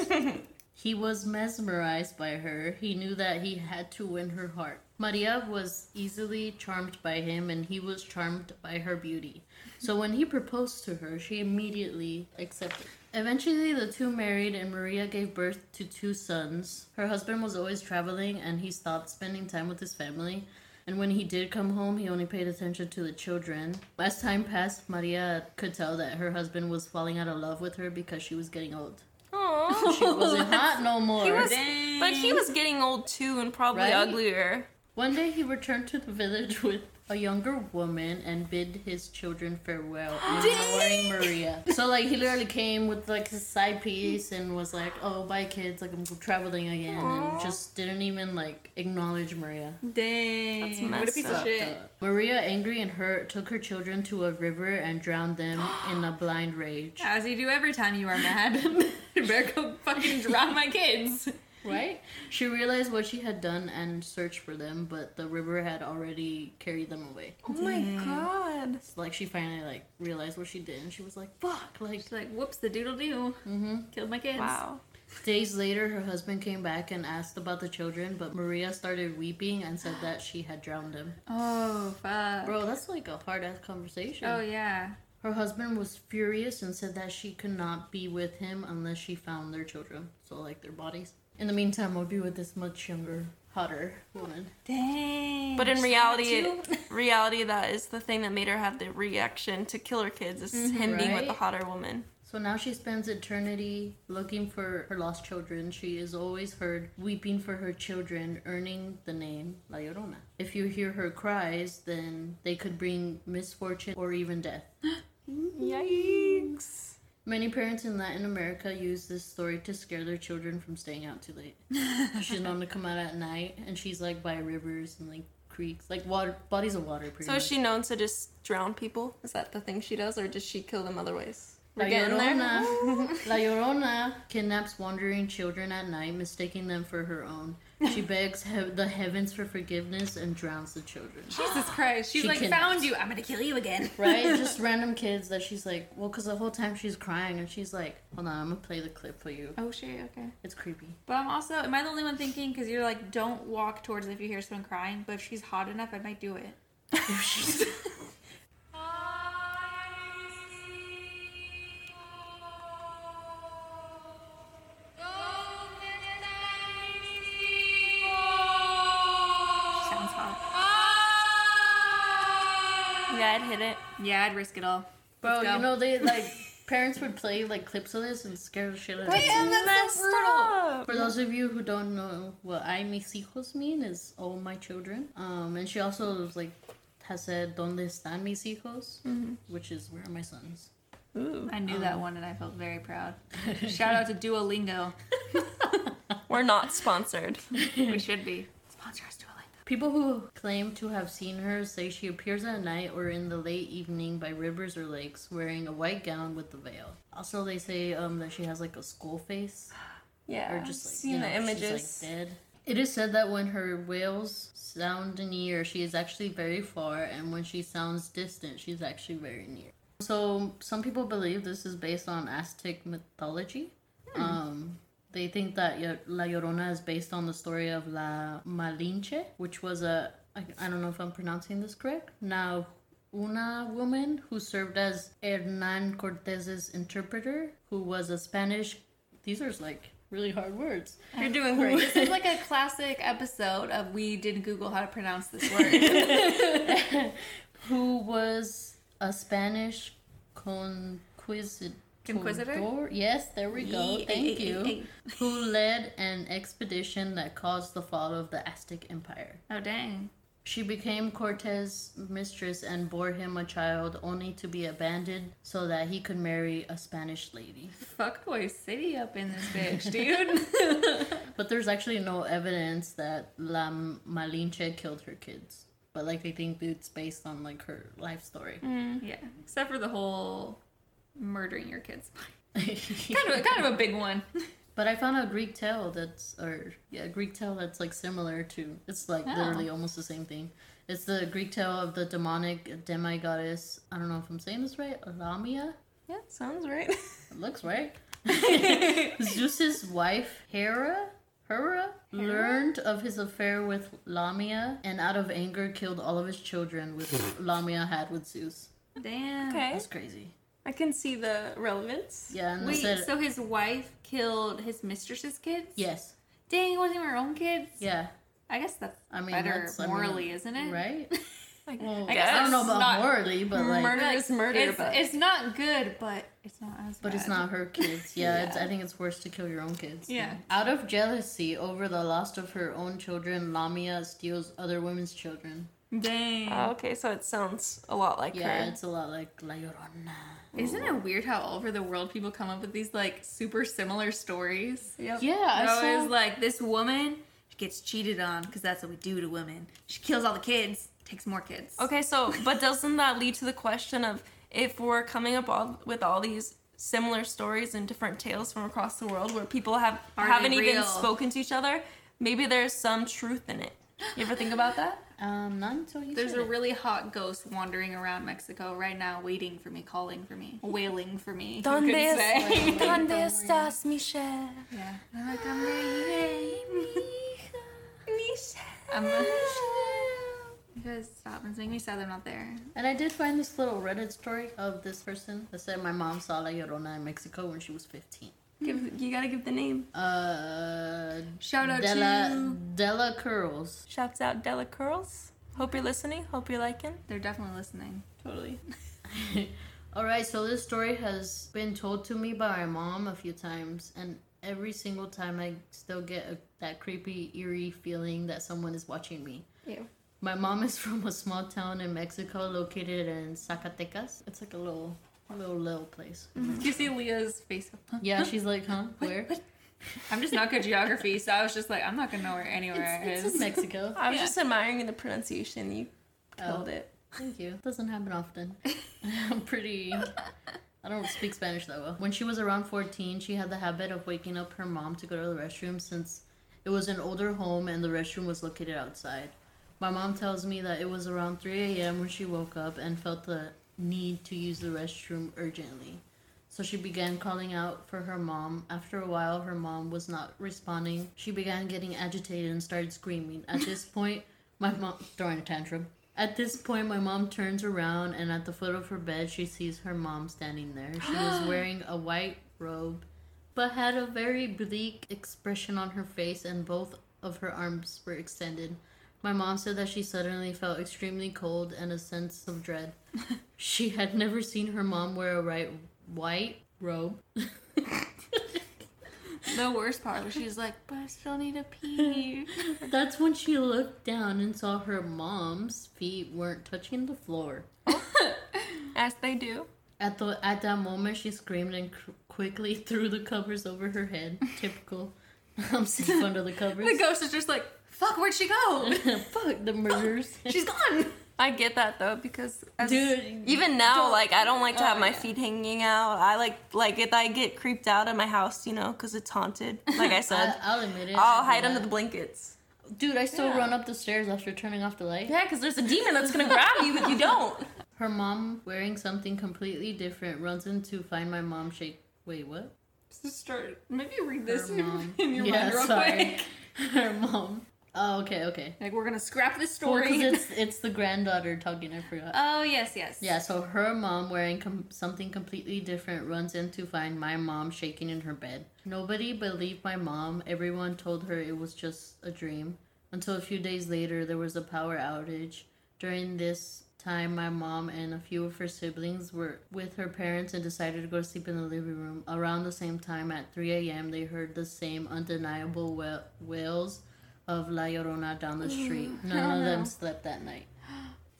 [SPEAKER 3] He was mesmerized by her. He knew that he had to win her heart. Maria was easily charmed by him, and he was charmed by her beauty. So when he proposed to her, she immediately accepted. Eventually, the two married, and Maria gave birth to two sons. Her husband was always traveling, and he stopped spending time with his family. And when he did come home, he only paid attention to the children. As time passed, Maria could tell that her husband was falling out of love with her because she was getting old.
[SPEAKER 2] Aww. (laughs)
[SPEAKER 3] She wasn't hot no more.
[SPEAKER 2] He was,
[SPEAKER 1] Dang.
[SPEAKER 2] but he was getting old too, and probably
[SPEAKER 3] Right?
[SPEAKER 2] uglier.
[SPEAKER 3] One day he returned to the village with a younger woman and bid his children
[SPEAKER 2] (gasps)
[SPEAKER 3] farewell, ignoring Maria. So like he literally came with like his side piece and was like, "Oh, bye kids, like I'm traveling again,"
[SPEAKER 2] Aw.
[SPEAKER 3] and just didn't even like acknowledge Maria. uh,
[SPEAKER 1] Dang.
[SPEAKER 2] That's
[SPEAKER 1] what a
[SPEAKER 2] messed
[SPEAKER 1] piece of
[SPEAKER 2] up.
[SPEAKER 1] shit.
[SPEAKER 3] Maria, angry and hurt, took her children to a river and
[SPEAKER 2] (gasps)
[SPEAKER 3] drowned them in a blind rage.
[SPEAKER 1] As you do every time you are mad. (laughs) You better go fucking drown my kids.
[SPEAKER 3] Right? She realized what she had done and searched for them, but the river had already carried them away.
[SPEAKER 2] Oh my god.
[SPEAKER 3] So, like she finally like realized what she did, and she was like, "Fuck!" Like
[SPEAKER 1] She's like, whoops, the doodle do.
[SPEAKER 3] Mhm.
[SPEAKER 1] Killed my kids.
[SPEAKER 2] Wow.
[SPEAKER 3] Days later, her husband came back and asked about the children, but Maria started weeping and said that she had drowned him.
[SPEAKER 1] Oh, fuck.
[SPEAKER 3] Bro, that's like a hard ass conversation.
[SPEAKER 1] Oh, yeah.
[SPEAKER 3] Her husband was furious and said that she could not be with him unless she found their children, so like their bodies. In the meantime, we'll be with this much younger, hotter woman.
[SPEAKER 1] Dang.
[SPEAKER 2] But in
[SPEAKER 1] She's
[SPEAKER 2] reality,
[SPEAKER 1] hot, too.
[SPEAKER 2] it- (laughs) reality, that is the thing that made her have the reaction to kill her kids is him being with the
[SPEAKER 3] Right?
[SPEAKER 2] hotter woman.
[SPEAKER 3] So now she spends eternity looking for her lost children. She is always heard weeping for her children, earning the name La Llorona. If you hear her cries, then they could bring misfortune or even death.
[SPEAKER 2] Yikes.
[SPEAKER 3] Many parents in Latin America use this story to scare their children from staying out too
[SPEAKER 2] (laughs)
[SPEAKER 3] late. she's known to come out at night, and she's like by rivers and like creeks, like water bodies of water. Pretty
[SPEAKER 2] So
[SPEAKER 3] much.
[SPEAKER 2] is she known to just drown people? Is that the thing she does, or does she kill them other ways?
[SPEAKER 3] La
[SPEAKER 2] We're getting there.
[SPEAKER 3] Llorona. (laughs) La Llorona kidnaps wandering children at night, mistaking them for her own. (laughs) She begs hev the heavens for forgiveness and drowns the children. (laughs)
[SPEAKER 1] Jesus Christ. She's
[SPEAKER 3] She
[SPEAKER 1] like,
[SPEAKER 3] kidnapped.
[SPEAKER 1] found you. I'm gonna kill you again.
[SPEAKER 3] Right? Just random kids that she's like, well, because the whole time she's crying and she's like, hold on, I'm gonna play the clip for you.
[SPEAKER 1] Oh, shit. Okay.
[SPEAKER 3] It's creepy.
[SPEAKER 1] But I'm also, am I the only one thinking? Because you're like, don't walk towards it if you hear someone crying. But if she's hot enough, I might do it. (laughs) Sounds hot.
[SPEAKER 2] Yeah, I'd hit it.
[SPEAKER 1] Yeah, I'd risk it all.
[SPEAKER 3] Bro,
[SPEAKER 1] Let's go.
[SPEAKER 3] you know, they (laughs) like, parents would play like clips of this and scare the shit out of them.
[SPEAKER 1] that's
[SPEAKER 3] For those of you who don't know what I mis hijos mean is all my children. Um, and she also was like has said "Donde están mis hijos," which is "Where are my sons?"
[SPEAKER 2] Ooh.
[SPEAKER 1] I knew that one and I felt very proud. Shout out to Duolingo.
[SPEAKER 2] We're not sponsored.
[SPEAKER 1] we should be. Sponsor us, Duolingo.
[SPEAKER 3] People who claim to have seen her say she appears at night or in the late evening by rivers or lakes, wearing a white gown with a veil. Also, they say um, that she has like a skull face.
[SPEAKER 2] Yeah.
[SPEAKER 3] or just like
[SPEAKER 2] seen
[SPEAKER 3] you know,
[SPEAKER 2] the images.
[SPEAKER 3] She's, like, dead. It is said that when her wails sound near, she is actually very far, and when she sounds distant, she's actually very near. So some people believe this is based on Aztec mythology. Um, they think that Yo- La Llorona is based on the story of La Malinche, which was a I, I don't know if I'm pronouncing this correct. Now, una woman who served as Hernan Cortez's interpreter, who was a Spanish. These are like really hard words.
[SPEAKER 2] You're doing
[SPEAKER 1] (laughs)
[SPEAKER 2] great.
[SPEAKER 1] This is like a classic episode of we did Google how to pronounce this (laughs) word.
[SPEAKER 3] Who was a Spanish conquistador.
[SPEAKER 1] Inquisitor?
[SPEAKER 3] Condor- Yes, there we go.
[SPEAKER 1] Yee, eh,
[SPEAKER 3] Thank
[SPEAKER 1] ay, ay,
[SPEAKER 3] you.
[SPEAKER 1] ay, ay.
[SPEAKER 3] Who led an expedition that caused the fall of the Aztec Empire.
[SPEAKER 1] Oh, dang.
[SPEAKER 3] She became Cortez's mistress and bore him a child only to be abandoned so that he could marry a Spanish lady.
[SPEAKER 1] Fuckboy City up in this bitch, (laughs) dude.
[SPEAKER 3] But there's actually no evidence that La Malinche killed her kids. But like they think it's based on like her life story.
[SPEAKER 1] yeah, except for the whole murdering your kids.
[SPEAKER 3] (laughs)
[SPEAKER 1] Kind of, kind of a big one.
[SPEAKER 3] But I found a Greek tale that's, or yeah, a Greek tale that's like similar to. It's like
[SPEAKER 1] Oh.
[SPEAKER 3] literally almost the same thing. It's the Greek tale of the demonic demi-goddess. I don't know if I'm saying this right. Lamia.
[SPEAKER 2] Yeah, sounds right. (laughs)
[SPEAKER 3] It
[SPEAKER 1] (laughs)
[SPEAKER 3] looks right. Zeus's wife Hera. Hera learned of his affair with Lamia and out of anger killed all of his children which Lamia had with Zeus.
[SPEAKER 1] (laughs) Damn.
[SPEAKER 3] (laughs)
[SPEAKER 2] okay,
[SPEAKER 3] That's crazy.
[SPEAKER 2] I can see the relevance.
[SPEAKER 3] Yeah, and they
[SPEAKER 1] Wait,
[SPEAKER 3] said
[SPEAKER 1] so his wife killed his mistress's kids?
[SPEAKER 3] yes.
[SPEAKER 1] Dang, it wasn't even her own kids?
[SPEAKER 3] Yeah.
[SPEAKER 1] I guess that's
[SPEAKER 3] I mean,
[SPEAKER 1] better
[SPEAKER 3] that's- I mean,
[SPEAKER 1] morally, isn't it?
[SPEAKER 3] Right?
[SPEAKER 2] Like,
[SPEAKER 3] Well,
[SPEAKER 1] I
[SPEAKER 3] I,
[SPEAKER 1] guess
[SPEAKER 3] don't know about
[SPEAKER 1] not
[SPEAKER 3] morally, but like
[SPEAKER 2] murder is murder,
[SPEAKER 1] It's,
[SPEAKER 2] but-
[SPEAKER 1] it's not good, but it's not as
[SPEAKER 3] But it's
[SPEAKER 1] bad.
[SPEAKER 3] not her kids. Yeah, It's, I think it's worse to kill your own kids.
[SPEAKER 1] Yeah.
[SPEAKER 3] Out of jealousy over the loss of her own children, Lamia steals other women's children.
[SPEAKER 1] Dang.
[SPEAKER 2] Oh, okay, so it sounds a lot like
[SPEAKER 3] Yeah,
[SPEAKER 2] her.
[SPEAKER 3] it's a lot like La Llorona.
[SPEAKER 1] Isn't it weird how all over the world people come up with these like super similar stories? Yep.
[SPEAKER 3] Yeah, I
[SPEAKER 1] They're always
[SPEAKER 3] saw-
[SPEAKER 1] like this woman she gets cheated on because that's what we do to women. She kills all the kids, takes more kids.
[SPEAKER 2] Okay, so but doesn't that lead to the question of if we're coming up all, with all these similar stories and different tales from across the world where people have
[SPEAKER 1] Are they
[SPEAKER 2] haven't even
[SPEAKER 1] real?
[SPEAKER 2] spoken to each other, maybe there's some truth in it. You ever think about
[SPEAKER 1] (gasps)
[SPEAKER 2] that?
[SPEAKER 3] Um, not until you
[SPEAKER 1] There's
[SPEAKER 3] said
[SPEAKER 1] a
[SPEAKER 3] (laughs) it.
[SPEAKER 1] really hot ghost wandering around Mexico right now, waiting for me, calling for me, wailing for me. you could
[SPEAKER 2] Donde
[SPEAKER 1] say.
[SPEAKER 2] es- donde estás, Michelle?
[SPEAKER 1] (laughs) Yeah. I'm like, I'm right here. I'm a- You guys stop and make me sad they're not there.
[SPEAKER 3] And I did find this little Reddit story of this person that said my mom saw La Llorona in Mexico when she was 15.
[SPEAKER 2] Give, you gotta give the name.
[SPEAKER 3] Uh,
[SPEAKER 1] Shout out
[SPEAKER 3] Della,
[SPEAKER 1] to.
[SPEAKER 3] Della Curls.
[SPEAKER 2] Shouts out Della Curls. Hope you're listening. Hope you're liking.
[SPEAKER 1] They're definitely listening.
[SPEAKER 2] Totally.
[SPEAKER 3] All right, so this story has been told to me by my mom a few times, and every single time I still get a, that creepy, eerie feeling that someone is watching me.
[SPEAKER 1] Yeah.
[SPEAKER 3] My mom is (laughs) from a small town in Mexico, located in Zacatecas. It's like a little, little, little place.
[SPEAKER 1] Do you see Leah's face?
[SPEAKER 3] Yeah, she's like, huh, where?
[SPEAKER 1] I'm just not good at geography, so I was just like, I'm not gonna know where anywhere
[SPEAKER 3] It's,
[SPEAKER 1] it
[SPEAKER 3] it's in
[SPEAKER 1] is.
[SPEAKER 3] Mexico.
[SPEAKER 2] I was
[SPEAKER 1] Yeah.
[SPEAKER 2] just admiring the pronunciation. You killed
[SPEAKER 3] Oh.
[SPEAKER 2] it.
[SPEAKER 3] Thank you. Doesn't happen often. (laughs) I'm pretty. I don't speak Spanish that well. When she was around 14, she had the habit of waking up her mom to go to the restroom since it was an older home and the restroom was located outside. My mom tells me that it was around 3 a.m. when she woke up and felt the need to use the restroom urgently. So she began calling out for her mom. After a while, her mom was not responding. She began getting agitated and started screaming. At this point, my mom throwing a tantrum. At this point, my mom turns around and at the foot of her bed, she sees her mom standing there. She was wearing a white robe, but had a very bleak expression on her face, and both of her arms were extended. My mom said that she suddenly felt extremely cold and a sense of dread. She had never seen her mom wear a right white robe.
[SPEAKER 1] The worst part was she's like, but I still need to pee.
[SPEAKER 3] That's when she looked down and saw her mom's feet weren't touching the floor.
[SPEAKER 2] (laughs) As they do.
[SPEAKER 3] At the at that moment, she screamed and cr- quickly (laughs) threw the covers over her head. Typical. (laughs) I'm safe under the covers.
[SPEAKER 1] (laughs) the ghost is just like, fuck, where'd she
[SPEAKER 3] (laughs)
[SPEAKER 1] go?
[SPEAKER 3] Fuck the murders.
[SPEAKER 1] (laughs) She's gone.
[SPEAKER 2] I get that though because as,
[SPEAKER 3] Dude,
[SPEAKER 2] even now,
[SPEAKER 1] don't-
[SPEAKER 2] like I don't like to
[SPEAKER 1] Oh,
[SPEAKER 2] have my
[SPEAKER 1] yeah.
[SPEAKER 2] feet hanging out. I like like if I get creeped out in my house, you know, because it's haunted.
[SPEAKER 1] (laughs)
[SPEAKER 2] Like
[SPEAKER 1] Uh,
[SPEAKER 2] I said,
[SPEAKER 3] I, I'll admit it.
[SPEAKER 2] I'll
[SPEAKER 3] I do
[SPEAKER 2] hide under the
[SPEAKER 3] that.
[SPEAKER 2] blankets.
[SPEAKER 3] Dude, I still
[SPEAKER 1] Yeah.
[SPEAKER 3] run up the stairs after turning off the light.
[SPEAKER 2] Yeah, because there's a demon that's gonna grab you if you don't.
[SPEAKER 3] Her mom, wearing something completely different, runs in to find my mom shake. Wait, what?
[SPEAKER 1] Just start. Maybe read this
[SPEAKER 3] Her
[SPEAKER 1] in,
[SPEAKER 3] mom.
[SPEAKER 1] (laughs) in your
[SPEAKER 3] Yeah,
[SPEAKER 1] mind real
[SPEAKER 3] sorry.
[SPEAKER 1] quick.
[SPEAKER 3] (laughs) Her mom. Oh, okay, okay.
[SPEAKER 1] Like we're gonna scrap this
[SPEAKER 3] Well,
[SPEAKER 1] story.
[SPEAKER 3] 'cause it's it's the granddaughter talking. I forgot.
[SPEAKER 1] (laughs) oh yes, yes.
[SPEAKER 3] yeah, so her mom, wearing com- something completely different, runs in to find my mom shaking in her bed. Nobody believed my mom. Everyone told her it was just a dream. Until a few days later, there was a power outage. During this time, my mom and a few of her siblings were with her parents and decided to go to sleep in the living room. Around the same time, at 3 a.m., they heard the same undeniable wail- wails of La Llorona down the street. None of them
[SPEAKER 1] no.
[SPEAKER 3] slept that night.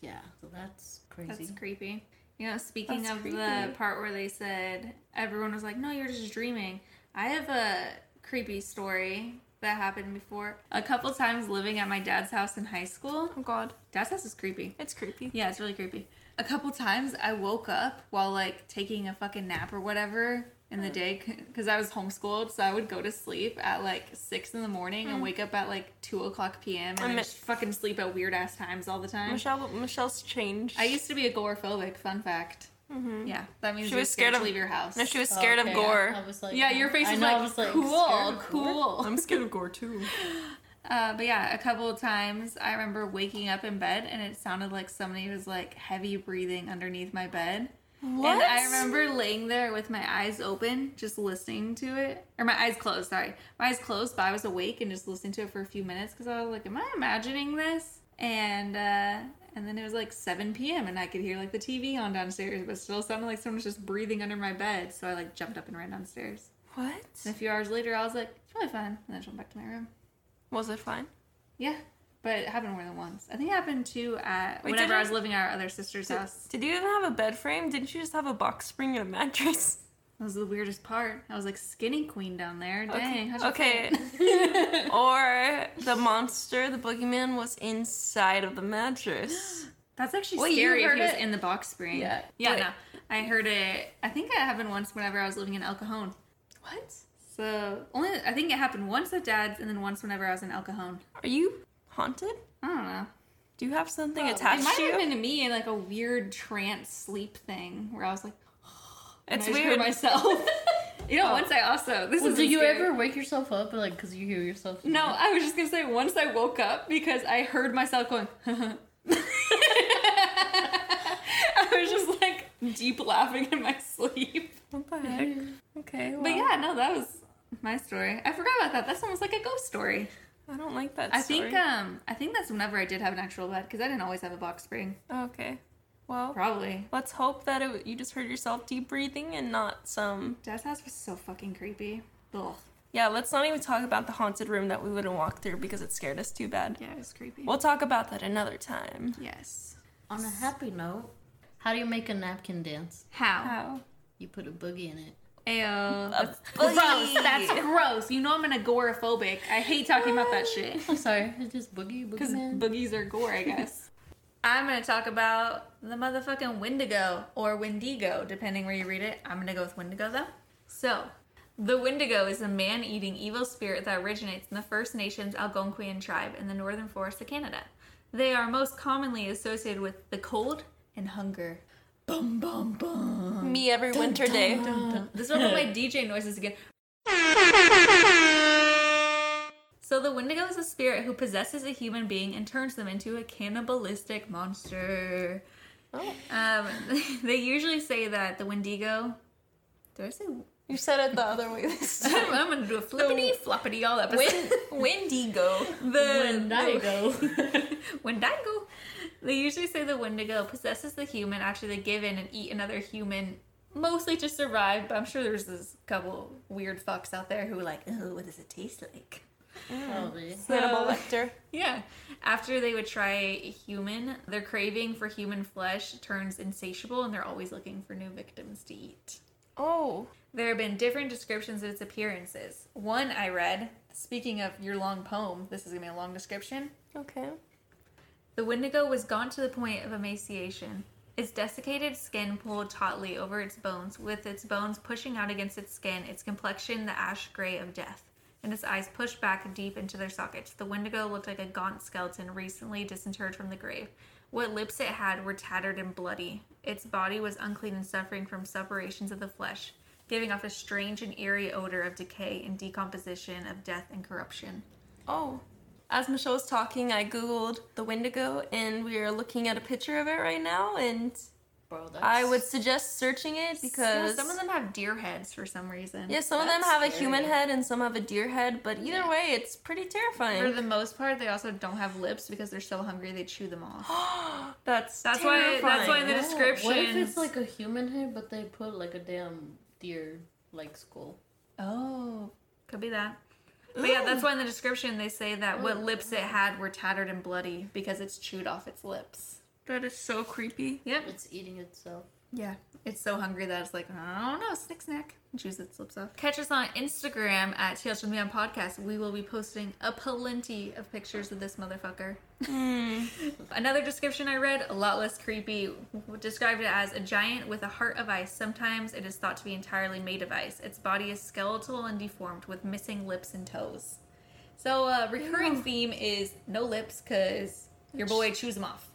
[SPEAKER 3] Yeah, so that's crazy.
[SPEAKER 1] That's creepy. You know, speaking
[SPEAKER 2] That's
[SPEAKER 1] of the
[SPEAKER 2] creepy.
[SPEAKER 1] part where they said everyone was like, "No, you're just dreaming." I have a creepy story that happened before. A couple times living at my dad's house in high school.
[SPEAKER 2] (laughs) Oh god,
[SPEAKER 1] Dad's house is creepy.
[SPEAKER 2] it's creepy.
[SPEAKER 1] Yeah, it's really creepy. A couple times I woke up while like taking a fucking nap or whatever in the day because I was homeschooled, so I would go to sleep at like six in the morning and wake up at like two o'clock p.m. and
[SPEAKER 2] I
[SPEAKER 1] then
[SPEAKER 2] mi-
[SPEAKER 1] just fucking sleep at weird ass times all the time.
[SPEAKER 2] Michelle, Michelle's changed.
[SPEAKER 1] I used to be agoraphobic. Fun fact. Yeah, that means
[SPEAKER 2] She
[SPEAKER 1] you're
[SPEAKER 2] was
[SPEAKER 1] scared,
[SPEAKER 2] scared
[SPEAKER 1] to
[SPEAKER 2] of-
[SPEAKER 1] leave your house.
[SPEAKER 2] no, she was
[SPEAKER 3] Oh,
[SPEAKER 2] scared
[SPEAKER 3] okay.
[SPEAKER 2] of gore.
[SPEAKER 3] I was
[SPEAKER 1] (laughs)
[SPEAKER 3] like,
[SPEAKER 1] yeah, your face
[SPEAKER 3] I
[SPEAKER 1] was
[SPEAKER 3] know,
[SPEAKER 1] like,
[SPEAKER 3] I was like scared
[SPEAKER 1] cool,
[SPEAKER 3] of gore?
[SPEAKER 1] cool.
[SPEAKER 2] (laughs) I'm scared of gore too.
[SPEAKER 1] Uh, but yeah, a couple of times I remember waking up in bed and it sounded like somebody was like heavy breathing underneath my bed.
[SPEAKER 2] What?
[SPEAKER 1] And I remember laying there with my eyes open, just listening to it, or my eyes closed. Sorry, my eyes closed, but I was awake and just listening to it for a few minutes because I was like, "Am I imagining this?" And uh, and then it was like 7 p.m. and I could hear like the TV on downstairs, but still sounded like someone was just breathing under my bed. So I like jumped up and ran downstairs.
[SPEAKER 2] What?
[SPEAKER 1] And a few hours later, I was like, "It's probably fine," and then I just went back to my room.
[SPEAKER 2] Was it fine?
[SPEAKER 1] Yeah, but it happened more than once. I think it happened too at
[SPEAKER 2] Wait,
[SPEAKER 1] whenever
[SPEAKER 2] did
[SPEAKER 1] I
[SPEAKER 2] it?
[SPEAKER 1] was living at our other sister's house.
[SPEAKER 2] Did you even have a bed frame? Didn't you just have a box spring and a mattress?
[SPEAKER 1] That was the weirdest part. I was like skinny queen down there. Dang,
[SPEAKER 2] Okay.
[SPEAKER 1] how'd you
[SPEAKER 2] okay.
[SPEAKER 1] fit?
[SPEAKER 2] (laughs) or the monster, the boogeyman, was inside of the mattress.
[SPEAKER 1] That's actually
[SPEAKER 2] Wait, you
[SPEAKER 1] scary if
[SPEAKER 2] heard
[SPEAKER 1] he was
[SPEAKER 2] it?
[SPEAKER 1] in the box spring.
[SPEAKER 3] Yeah.
[SPEAKER 1] Yeah,
[SPEAKER 2] Wait.
[SPEAKER 1] no. I heard it I think it happened once whenever I was living in El Cajon.
[SPEAKER 2] What?
[SPEAKER 1] So only I think it happened once at dad's and then once whenever I was in El Cajon.
[SPEAKER 2] Are you haunted?
[SPEAKER 1] I don't know.
[SPEAKER 2] Do you have something
[SPEAKER 1] it
[SPEAKER 2] attached
[SPEAKER 1] might
[SPEAKER 2] to
[SPEAKER 1] have
[SPEAKER 2] you?
[SPEAKER 1] been to me in like a weird trance sleep thing where I was like, and
[SPEAKER 2] it's
[SPEAKER 1] I just heard
[SPEAKER 2] weird. (laughs)
[SPEAKER 1] myself. you know,
[SPEAKER 2] Oh.
[SPEAKER 1] once I also this
[SPEAKER 3] Well,
[SPEAKER 1] is
[SPEAKER 3] do you ever wake yourself up like because you hear yourself?
[SPEAKER 1] No, I was just gonna say once I woke up because I heard myself going. (laughs) I was just like deep laughing in my sleep.
[SPEAKER 2] What the heck? Okay.
[SPEAKER 1] But
[SPEAKER 2] well,
[SPEAKER 1] yeah, no, that was my story. I forgot about that. That's almost like a ghost story.
[SPEAKER 2] I don't like that.
[SPEAKER 1] I think
[SPEAKER 2] story.
[SPEAKER 1] um I think that's whenever I did have an actual bed because I didn't always have a box spring.
[SPEAKER 2] okay. Well,
[SPEAKER 1] Probably.
[SPEAKER 2] let's hope that it, you just heard yourself deep breathing and not some.
[SPEAKER 1] Dad's house was so fucking creepy. Ugh.
[SPEAKER 2] Yeah, let's not even talk about the haunted room that we wouldn't walk through because it scared us too bad.
[SPEAKER 1] Yeah, it was creepy.
[SPEAKER 2] We'll talk about that another time.
[SPEAKER 1] yes.
[SPEAKER 3] On a happy note, how do you make a napkin dance?
[SPEAKER 1] How?
[SPEAKER 2] How?
[SPEAKER 3] You put a boogie in it.
[SPEAKER 1] Ayo.
[SPEAKER 2] (laughs) A
[SPEAKER 1] Gross.
[SPEAKER 2] boogie.
[SPEAKER 1] That's gross. You know I'm an agoraphobic. I hate talking about that shit.
[SPEAKER 3] I'm sorry, (laughs) it's just boogie, boogie
[SPEAKER 1] Because
[SPEAKER 3] man.
[SPEAKER 1] boogies are gore, I guess. I'm gonna talk about the motherfucking Wendigo or Wendigo, depending where you read it. I'm gonna go with Wendigo though. So, the Wendigo is a man eating evil spirit that originates in the First Nations Algonquian tribe in the northern forests of Canada. They are most commonly associated with the cold and hunger. Bum bum bum.
[SPEAKER 2] Me every winter day.
[SPEAKER 1] This one with
[SPEAKER 2] (laughs)
[SPEAKER 1] my DJ noises again. So the Wendigo is a spirit who possesses a human being and turns them into a cannibalistic monster.
[SPEAKER 2] Oh.
[SPEAKER 1] Um, (laughs) they usually say that the Wendigo. Did I say?
[SPEAKER 2] You said it the other way this (laughs) time.
[SPEAKER 1] I'm gonna do a flippity floppity all episode.
[SPEAKER 2] Win- Wendigo.
[SPEAKER 1] (laughs)
[SPEAKER 3] (laughs)
[SPEAKER 1] the
[SPEAKER 3] Wendigo.
[SPEAKER 1] (laughs) the- Wendigo. They usually say the Wendigo possesses the human after they give in and eat another human, mostly to survive. But I'm sure there's this couple weird fucks out there who are like, oh, what does it taste like?
[SPEAKER 3] Probably.
[SPEAKER 2] Hannibal
[SPEAKER 1] So-
[SPEAKER 2] Lecter.
[SPEAKER 1] Yeah. After they would try human, their craving for human flesh turns insatiable, and they're always looking for new victims to eat.
[SPEAKER 2] Oh.
[SPEAKER 1] There have been different descriptions of its appearances. One I read, speaking of your long poem, this is gonna be a long description.
[SPEAKER 2] Okay.
[SPEAKER 1] The Wendigo was gaunt to the point of emaciation. Its desiccated skin pulled tautly over its bones, with its bones pushing out against its skin, its complexion the ash gray of death, and its eyes pushed back deep into their sockets. The Wendigo looked like a gaunt skeleton recently disinterred from the grave. What lips it had were tattered and bloody. Its body was unclean and suffering from separations of the flesh, giving off a strange and eerie odor of decay and decomposition of death and corruption.
[SPEAKER 2] Oh. As Michelle was talking, I googled the Wendigo, and we are looking at a picture of it right now, and
[SPEAKER 3] Bro, that's
[SPEAKER 2] I would suggest searching it because
[SPEAKER 1] Yeah, some of them have deer heads for some reason.
[SPEAKER 2] Yeah, some of them
[SPEAKER 3] That's
[SPEAKER 2] have a
[SPEAKER 3] scary.
[SPEAKER 2] human head and some have a deer head, but either
[SPEAKER 3] Yeah.
[SPEAKER 2] way, it's pretty
[SPEAKER 1] For
[SPEAKER 2] terrifying.
[SPEAKER 1] the most part, they also don't have lips because they're so hungry they chew them off.
[SPEAKER 2] (gasps) that's
[SPEAKER 1] That's why- that's why
[SPEAKER 2] terrifying.
[SPEAKER 1] the
[SPEAKER 3] Yeah, What if
[SPEAKER 1] descriptions-
[SPEAKER 3] it's like a human head, but they put like a damn deer like skull?
[SPEAKER 1] Oh, could be that. But yeah, that's why in the description they say that what lips it had were tattered and bloody because it's chewed off its lips.
[SPEAKER 2] that is so creepy.
[SPEAKER 1] Yep.
[SPEAKER 3] It's eating itself.
[SPEAKER 1] Yeah. It's so hungry that it's like, I don't know, snick snack. And chews its lips off. Catch us on Instagram at TLC with Me on Podcast. We will be posting a plenty of pictures of this motherfucker. Hmm. (laughs) Another description I read, a lot less creepy, described it as a giant with a heart of ice. Sometimes it is thought to be entirely made of ice. Its body is skeletal and deformed with missing lips and toes. So, uh, recurring theme is no lips because your boy chews them off.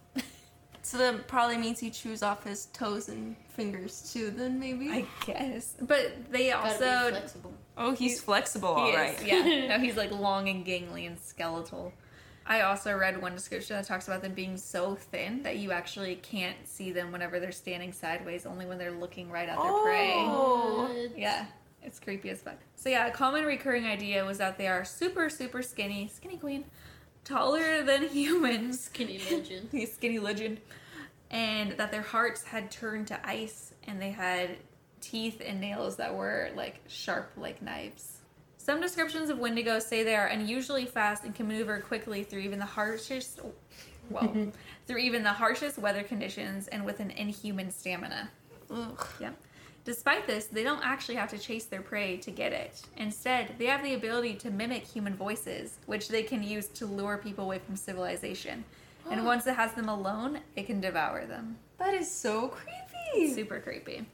[SPEAKER 2] So that probably means he chews off his toes and fingers too, then
[SPEAKER 1] (laughs)
[SPEAKER 2] maybe.
[SPEAKER 1] I guess. But they
[SPEAKER 3] Gotta be
[SPEAKER 1] also
[SPEAKER 3] flexible.
[SPEAKER 2] oh, he's flexible,
[SPEAKER 1] He
[SPEAKER 2] all
[SPEAKER 1] is,
[SPEAKER 2] right.
[SPEAKER 1] (laughs) Yeah. No, he's like long and gangly and skeletal. I also read one description that talks about them being so thin that you actually can't see them whenever they're standing sideways, only when they're looking right at their prey.
[SPEAKER 2] Oh.
[SPEAKER 3] What?
[SPEAKER 1] Yeah. It's creepy as fuck. So yeah, a common recurring idea was that they are super, super skinny, skinny queen, taller than (laughs) humans.
[SPEAKER 3] Skinny legend.
[SPEAKER 1] The skinny legend. And that their hearts had turned to ice and they had teeth and nails that were like sharp like knives. Some descriptions of wendigos say they are unusually fast and can maneuver quickly through even the harshest well, through even the harshest weather conditions and with an inhuman stamina.
[SPEAKER 2] Ugh.
[SPEAKER 1] Yep. Despite this, they don't actually have to chase their prey to get it. Instead, they have the ability to mimic human voices, which they can use to lure people away from civilization. And once it has them alone, it can devour them.
[SPEAKER 2] That is so creepy.
[SPEAKER 1] Super creepy.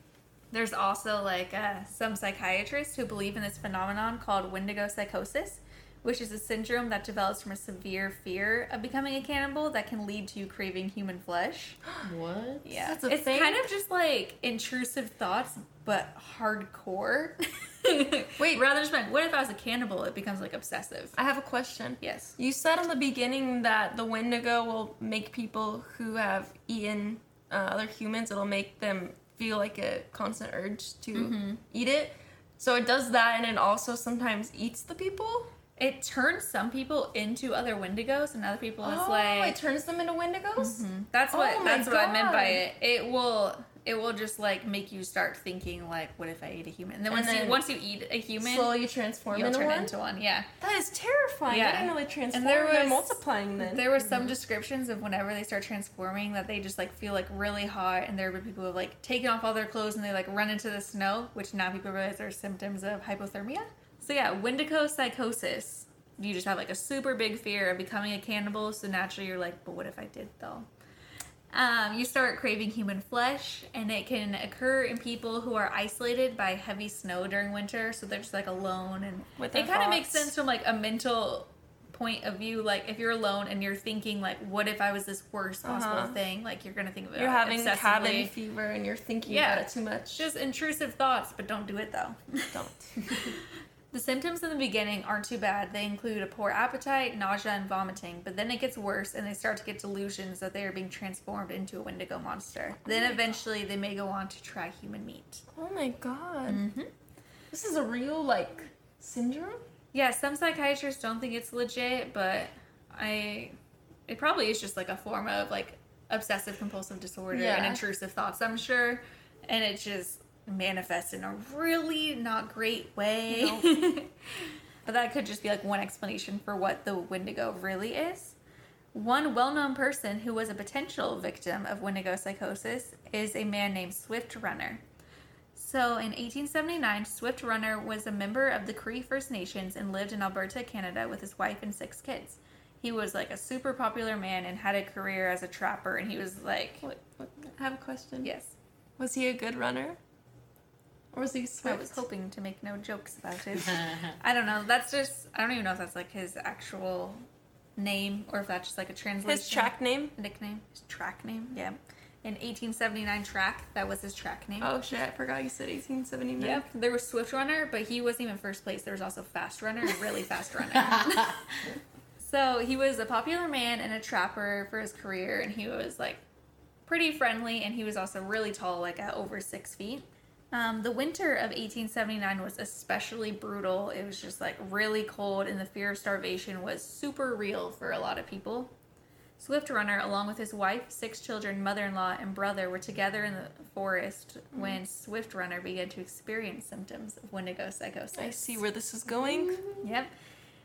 [SPEAKER 1] There's also like uh, some psychiatrists who believe in this phenomenon called Wendigo psychosis, which is a syndrome that develops from a severe fear of becoming a cannibal that can lead to you craving human flesh.
[SPEAKER 3] What?
[SPEAKER 1] (laughs) Yeah,
[SPEAKER 2] That's a
[SPEAKER 1] it's
[SPEAKER 2] thing?
[SPEAKER 1] kind of just like intrusive thoughts, but hardcore. (laughs) Wait, rather just like, what if I was a cannibal? It becomes like obsessive.
[SPEAKER 2] I have a question.
[SPEAKER 1] Yes.
[SPEAKER 2] You said in the beginning that the Wendigo will make people who have eaten uh, other humans, it'll make them feel like a constant urge to
[SPEAKER 1] Mm-hmm.
[SPEAKER 2] eat it. So it does that, and it also sometimes eats the people.
[SPEAKER 1] It turns some people into other Wendigos, and other people is
[SPEAKER 2] oh,
[SPEAKER 1] like, Mm-hmm.
[SPEAKER 2] it turns them into Wendigos.
[SPEAKER 1] that's what
[SPEAKER 2] Oh my
[SPEAKER 1] that's what I meant by
[SPEAKER 2] God.
[SPEAKER 1] it. It will it will just like make you start thinking like, what if I ate a human? And then
[SPEAKER 2] And
[SPEAKER 1] once
[SPEAKER 2] then
[SPEAKER 1] you once you eat a human,
[SPEAKER 2] Slowly transform
[SPEAKER 1] you'll
[SPEAKER 2] into
[SPEAKER 1] turn
[SPEAKER 2] one.
[SPEAKER 1] into one. Yeah.
[SPEAKER 2] that is terrifying.
[SPEAKER 1] Yeah.
[SPEAKER 2] I didn't know they transformed.
[SPEAKER 1] there
[SPEAKER 2] They're
[SPEAKER 1] was-
[SPEAKER 2] multiplying then. Mhm.
[SPEAKER 1] There were some descriptions of whenever they start transforming that they just like feel like really hot, and there were people who have like taken off all their clothes and they like run into the snow, which now people realize are symptoms of hypothermia. So yeah, Wendigo psychosis. You just have like a super big fear of becoming a cannibal, so naturally you're like, but what if I did though? Um, you start craving human flesh, and it can occur in people who are isolated by heavy snow during winter, so they're just like alone. And
[SPEAKER 2] With their
[SPEAKER 1] it kind of makes
[SPEAKER 2] thoughts.
[SPEAKER 1] sense from like a mental point of view. Like if you're alone and you're thinking like, what if I was this worst possible
[SPEAKER 2] Uh-huh.
[SPEAKER 1] thing? Like you're gonna think of it.
[SPEAKER 2] You're having
[SPEAKER 1] obsessively.
[SPEAKER 2] cabin fever, and you're thinking
[SPEAKER 1] Yeah.
[SPEAKER 2] about it too much.
[SPEAKER 1] Just intrusive thoughts, but don't do it though.
[SPEAKER 2] (laughs)
[SPEAKER 1] (laughs)
[SPEAKER 2] don't.
[SPEAKER 1] The symptoms in the beginning aren't too bad. They include a poor appetite, nausea, and vomiting, but then it gets worse and they start to get delusions that they are being transformed into a wendigo monster. Then eventually they may go on to try human meat.
[SPEAKER 2] Oh my god.
[SPEAKER 1] Mm.
[SPEAKER 2] This is a real like syndrome.
[SPEAKER 1] Yeah, some psychiatrists don't think it's legit, but I it probably is just like a form of like obsessive compulsive disorder and
[SPEAKER 2] Yeah.
[SPEAKER 1] intrusive thoughts, I'm sure. And it just manifests in a really not great way. (laughs) but that could just be like one explanation for what the Wendigo really is. One well known person who was a potential victim of Wendigo psychosis is a man named Swift Runner. So in 1879, Swift Runner was a member of the Cree First Nations and lived in Alberta, Canada with his wife and six kids. He was like a super popular man and had a career as a trapper, and he was like,
[SPEAKER 2] What, what, I have a question.
[SPEAKER 1] yes,
[SPEAKER 2] Was he a good runner? Or was he
[SPEAKER 1] I
[SPEAKER 2] swift?
[SPEAKER 1] was hoping to make no jokes about it. I don't know. That's just, I don't even know if that's like his actual name or if that's just like a translation.
[SPEAKER 2] His track name?
[SPEAKER 1] nickname, his track name, yeah. In 1879, track that was his track name.
[SPEAKER 2] Oh shit, I forgot you said 1879.
[SPEAKER 1] Yep, there was Swift Runner, but he wasn't even first place. There was also Fast Runner, and really fast
[SPEAKER 3] (laughs)
[SPEAKER 1] runner. (laughs) so he was a popular man and a trapper for his career, and he was like pretty friendly, and he was also really tall, like uh, over six feet. Um, the winter of 1879 was especially brutal. It was just like really cold, and the fear of starvation was super real for a lot of people. Swift Runner, along with his wife, six children, mother in law, and brother, were together in the forest
[SPEAKER 2] Mm-hmm.
[SPEAKER 1] when Swift Runner began to experience symptoms of Wendigo psychosis.
[SPEAKER 2] I see where this is going.
[SPEAKER 1] Yep.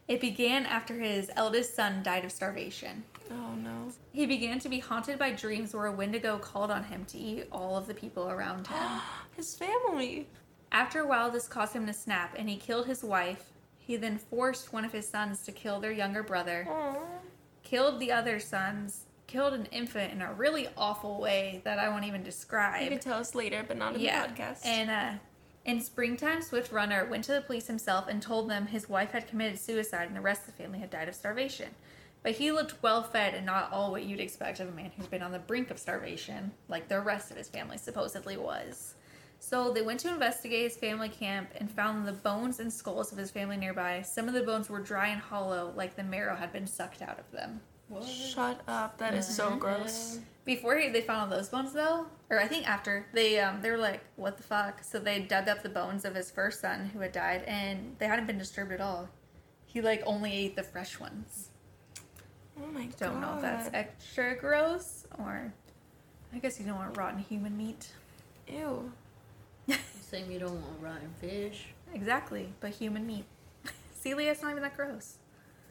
[SPEAKER 1] It began after his eldest son died of starvation.
[SPEAKER 2] Oh no.
[SPEAKER 1] He began to be haunted by dreams where a Wendigo called on him to eat all of the people around him.
[SPEAKER 2] His family.
[SPEAKER 1] After a while, this caused him to snap, and he killed his wife. He then forced one of his sons to kill their younger brother,
[SPEAKER 2] Aw.
[SPEAKER 1] killed the other sons, killed an infant in a really awful way that I won't even
[SPEAKER 2] You
[SPEAKER 1] describe.
[SPEAKER 2] can tell us later, but not in
[SPEAKER 1] yeah.
[SPEAKER 2] the podcast.
[SPEAKER 1] And uh, in springtime, Swift Runner went to the police himself and told them his wife had committed suicide and the rest of the family had died of starvation. But he looked well fed and not all what you'd expect of a man who's been on the brink of starvation, like the rest of his family supposedly was. So they went to investigate his family camp and found the bones and skulls of his family nearby. Some of the bones were dry and hollow, like the marrow had been sucked out of them.
[SPEAKER 2] Shut up. That is
[SPEAKER 1] Mm-hmm.
[SPEAKER 2] so gross.
[SPEAKER 1] Before he- they found all those bones, though, or I think after they, um, they were like, "What the fuck?" So they dug up the bones of his first son who had died, and they hadn't been disturbed at all. He like only ate the fresh ones.
[SPEAKER 2] Oh my god.
[SPEAKER 1] Don't know if that's extra gross or. I guess you don't want rotten human meat.
[SPEAKER 2] Ew.
[SPEAKER 3] Same, you don't want rotten fish.
[SPEAKER 1] Exactly, but human meat. (laughs) Celia's not even that gross.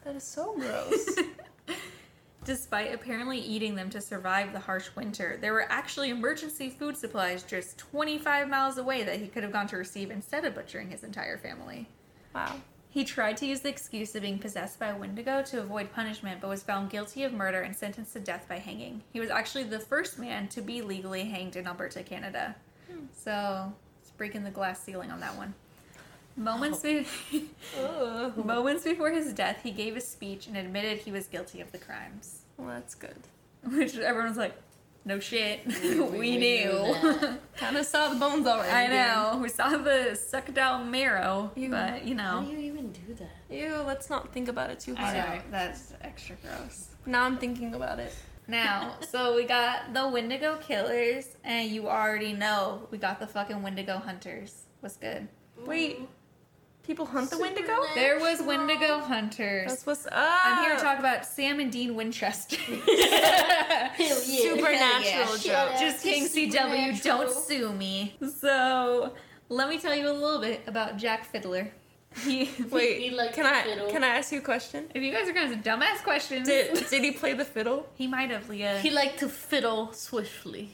[SPEAKER 2] That is so
[SPEAKER 1] (laughs)
[SPEAKER 2] gross.
[SPEAKER 1] Despite apparently eating them to survive the harsh winter, there were actually emergency food supplies just 25 miles away that he could have gone to receive instead of butchering his entire family.
[SPEAKER 2] wow.
[SPEAKER 1] He tried to use the excuse of being possessed by a Wendigo to avoid punishment, but was found guilty of murder and sentenced to death by hanging. He was actually the first man to be legally hanged in Alberta, Canada. So, it's breaking the glass ceiling on that one. Moments, be- (laughs)
[SPEAKER 2] Ugh. Well,
[SPEAKER 1] moments before his death, he gave a speech and admitted he was guilty of the crimes. (laughs)
[SPEAKER 2] that's good.
[SPEAKER 1] Which everyone's like, no shit. (laughs) We,
[SPEAKER 3] we
[SPEAKER 1] knew.
[SPEAKER 3] knew that.
[SPEAKER 2] Kind of saw the bones
[SPEAKER 1] (laughs)
[SPEAKER 2] already.
[SPEAKER 1] I know. We saw the sucked out marrow, but you
[SPEAKER 3] How
[SPEAKER 1] know.
[SPEAKER 3] do you even do that?
[SPEAKER 2] Ew, let's not think about it too
[SPEAKER 1] I
[SPEAKER 2] hard.
[SPEAKER 1] know. That's extra gross.
[SPEAKER 2] Now I'm thinking about it.
[SPEAKER 1] Now, so we got the Wendigo killers, and you already know we got the fucking Wendigo hunters. What's good?
[SPEAKER 2] Wait. People hunt the
[SPEAKER 3] Super
[SPEAKER 2] Wendigo?
[SPEAKER 3] nice.
[SPEAKER 1] There was Wendigo hunters.
[SPEAKER 2] That's what's up.
[SPEAKER 1] I'm here to talk about Sam and Dean Winchester. (laughs)
[SPEAKER 3] (laughs) Hell
[SPEAKER 2] Supernatural
[SPEAKER 3] Hell yeah.
[SPEAKER 2] joke.
[SPEAKER 1] Just King CW,
[SPEAKER 3] Supernatural.
[SPEAKER 1] don't sue me. So, let me tell you a little bit about Jack Fiddler. He,
[SPEAKER 2] Wait,
[SPEAKER 3] He liked
[SPEAKER 2] can
[SPEAKER 3] the
[SPEAKER 2] I
[SPEAKER 3] fiddle.
[SPEAKER 2] can I ask you a question?
[SPEAKER 1] if you guys are going to dumbass questions, (laughs)
[SPEAKER 2] Did did he play the fiddle?
[SPEAKER 1] he might have Leah
[SPEAKER 3] He liked to fiddle swiftly.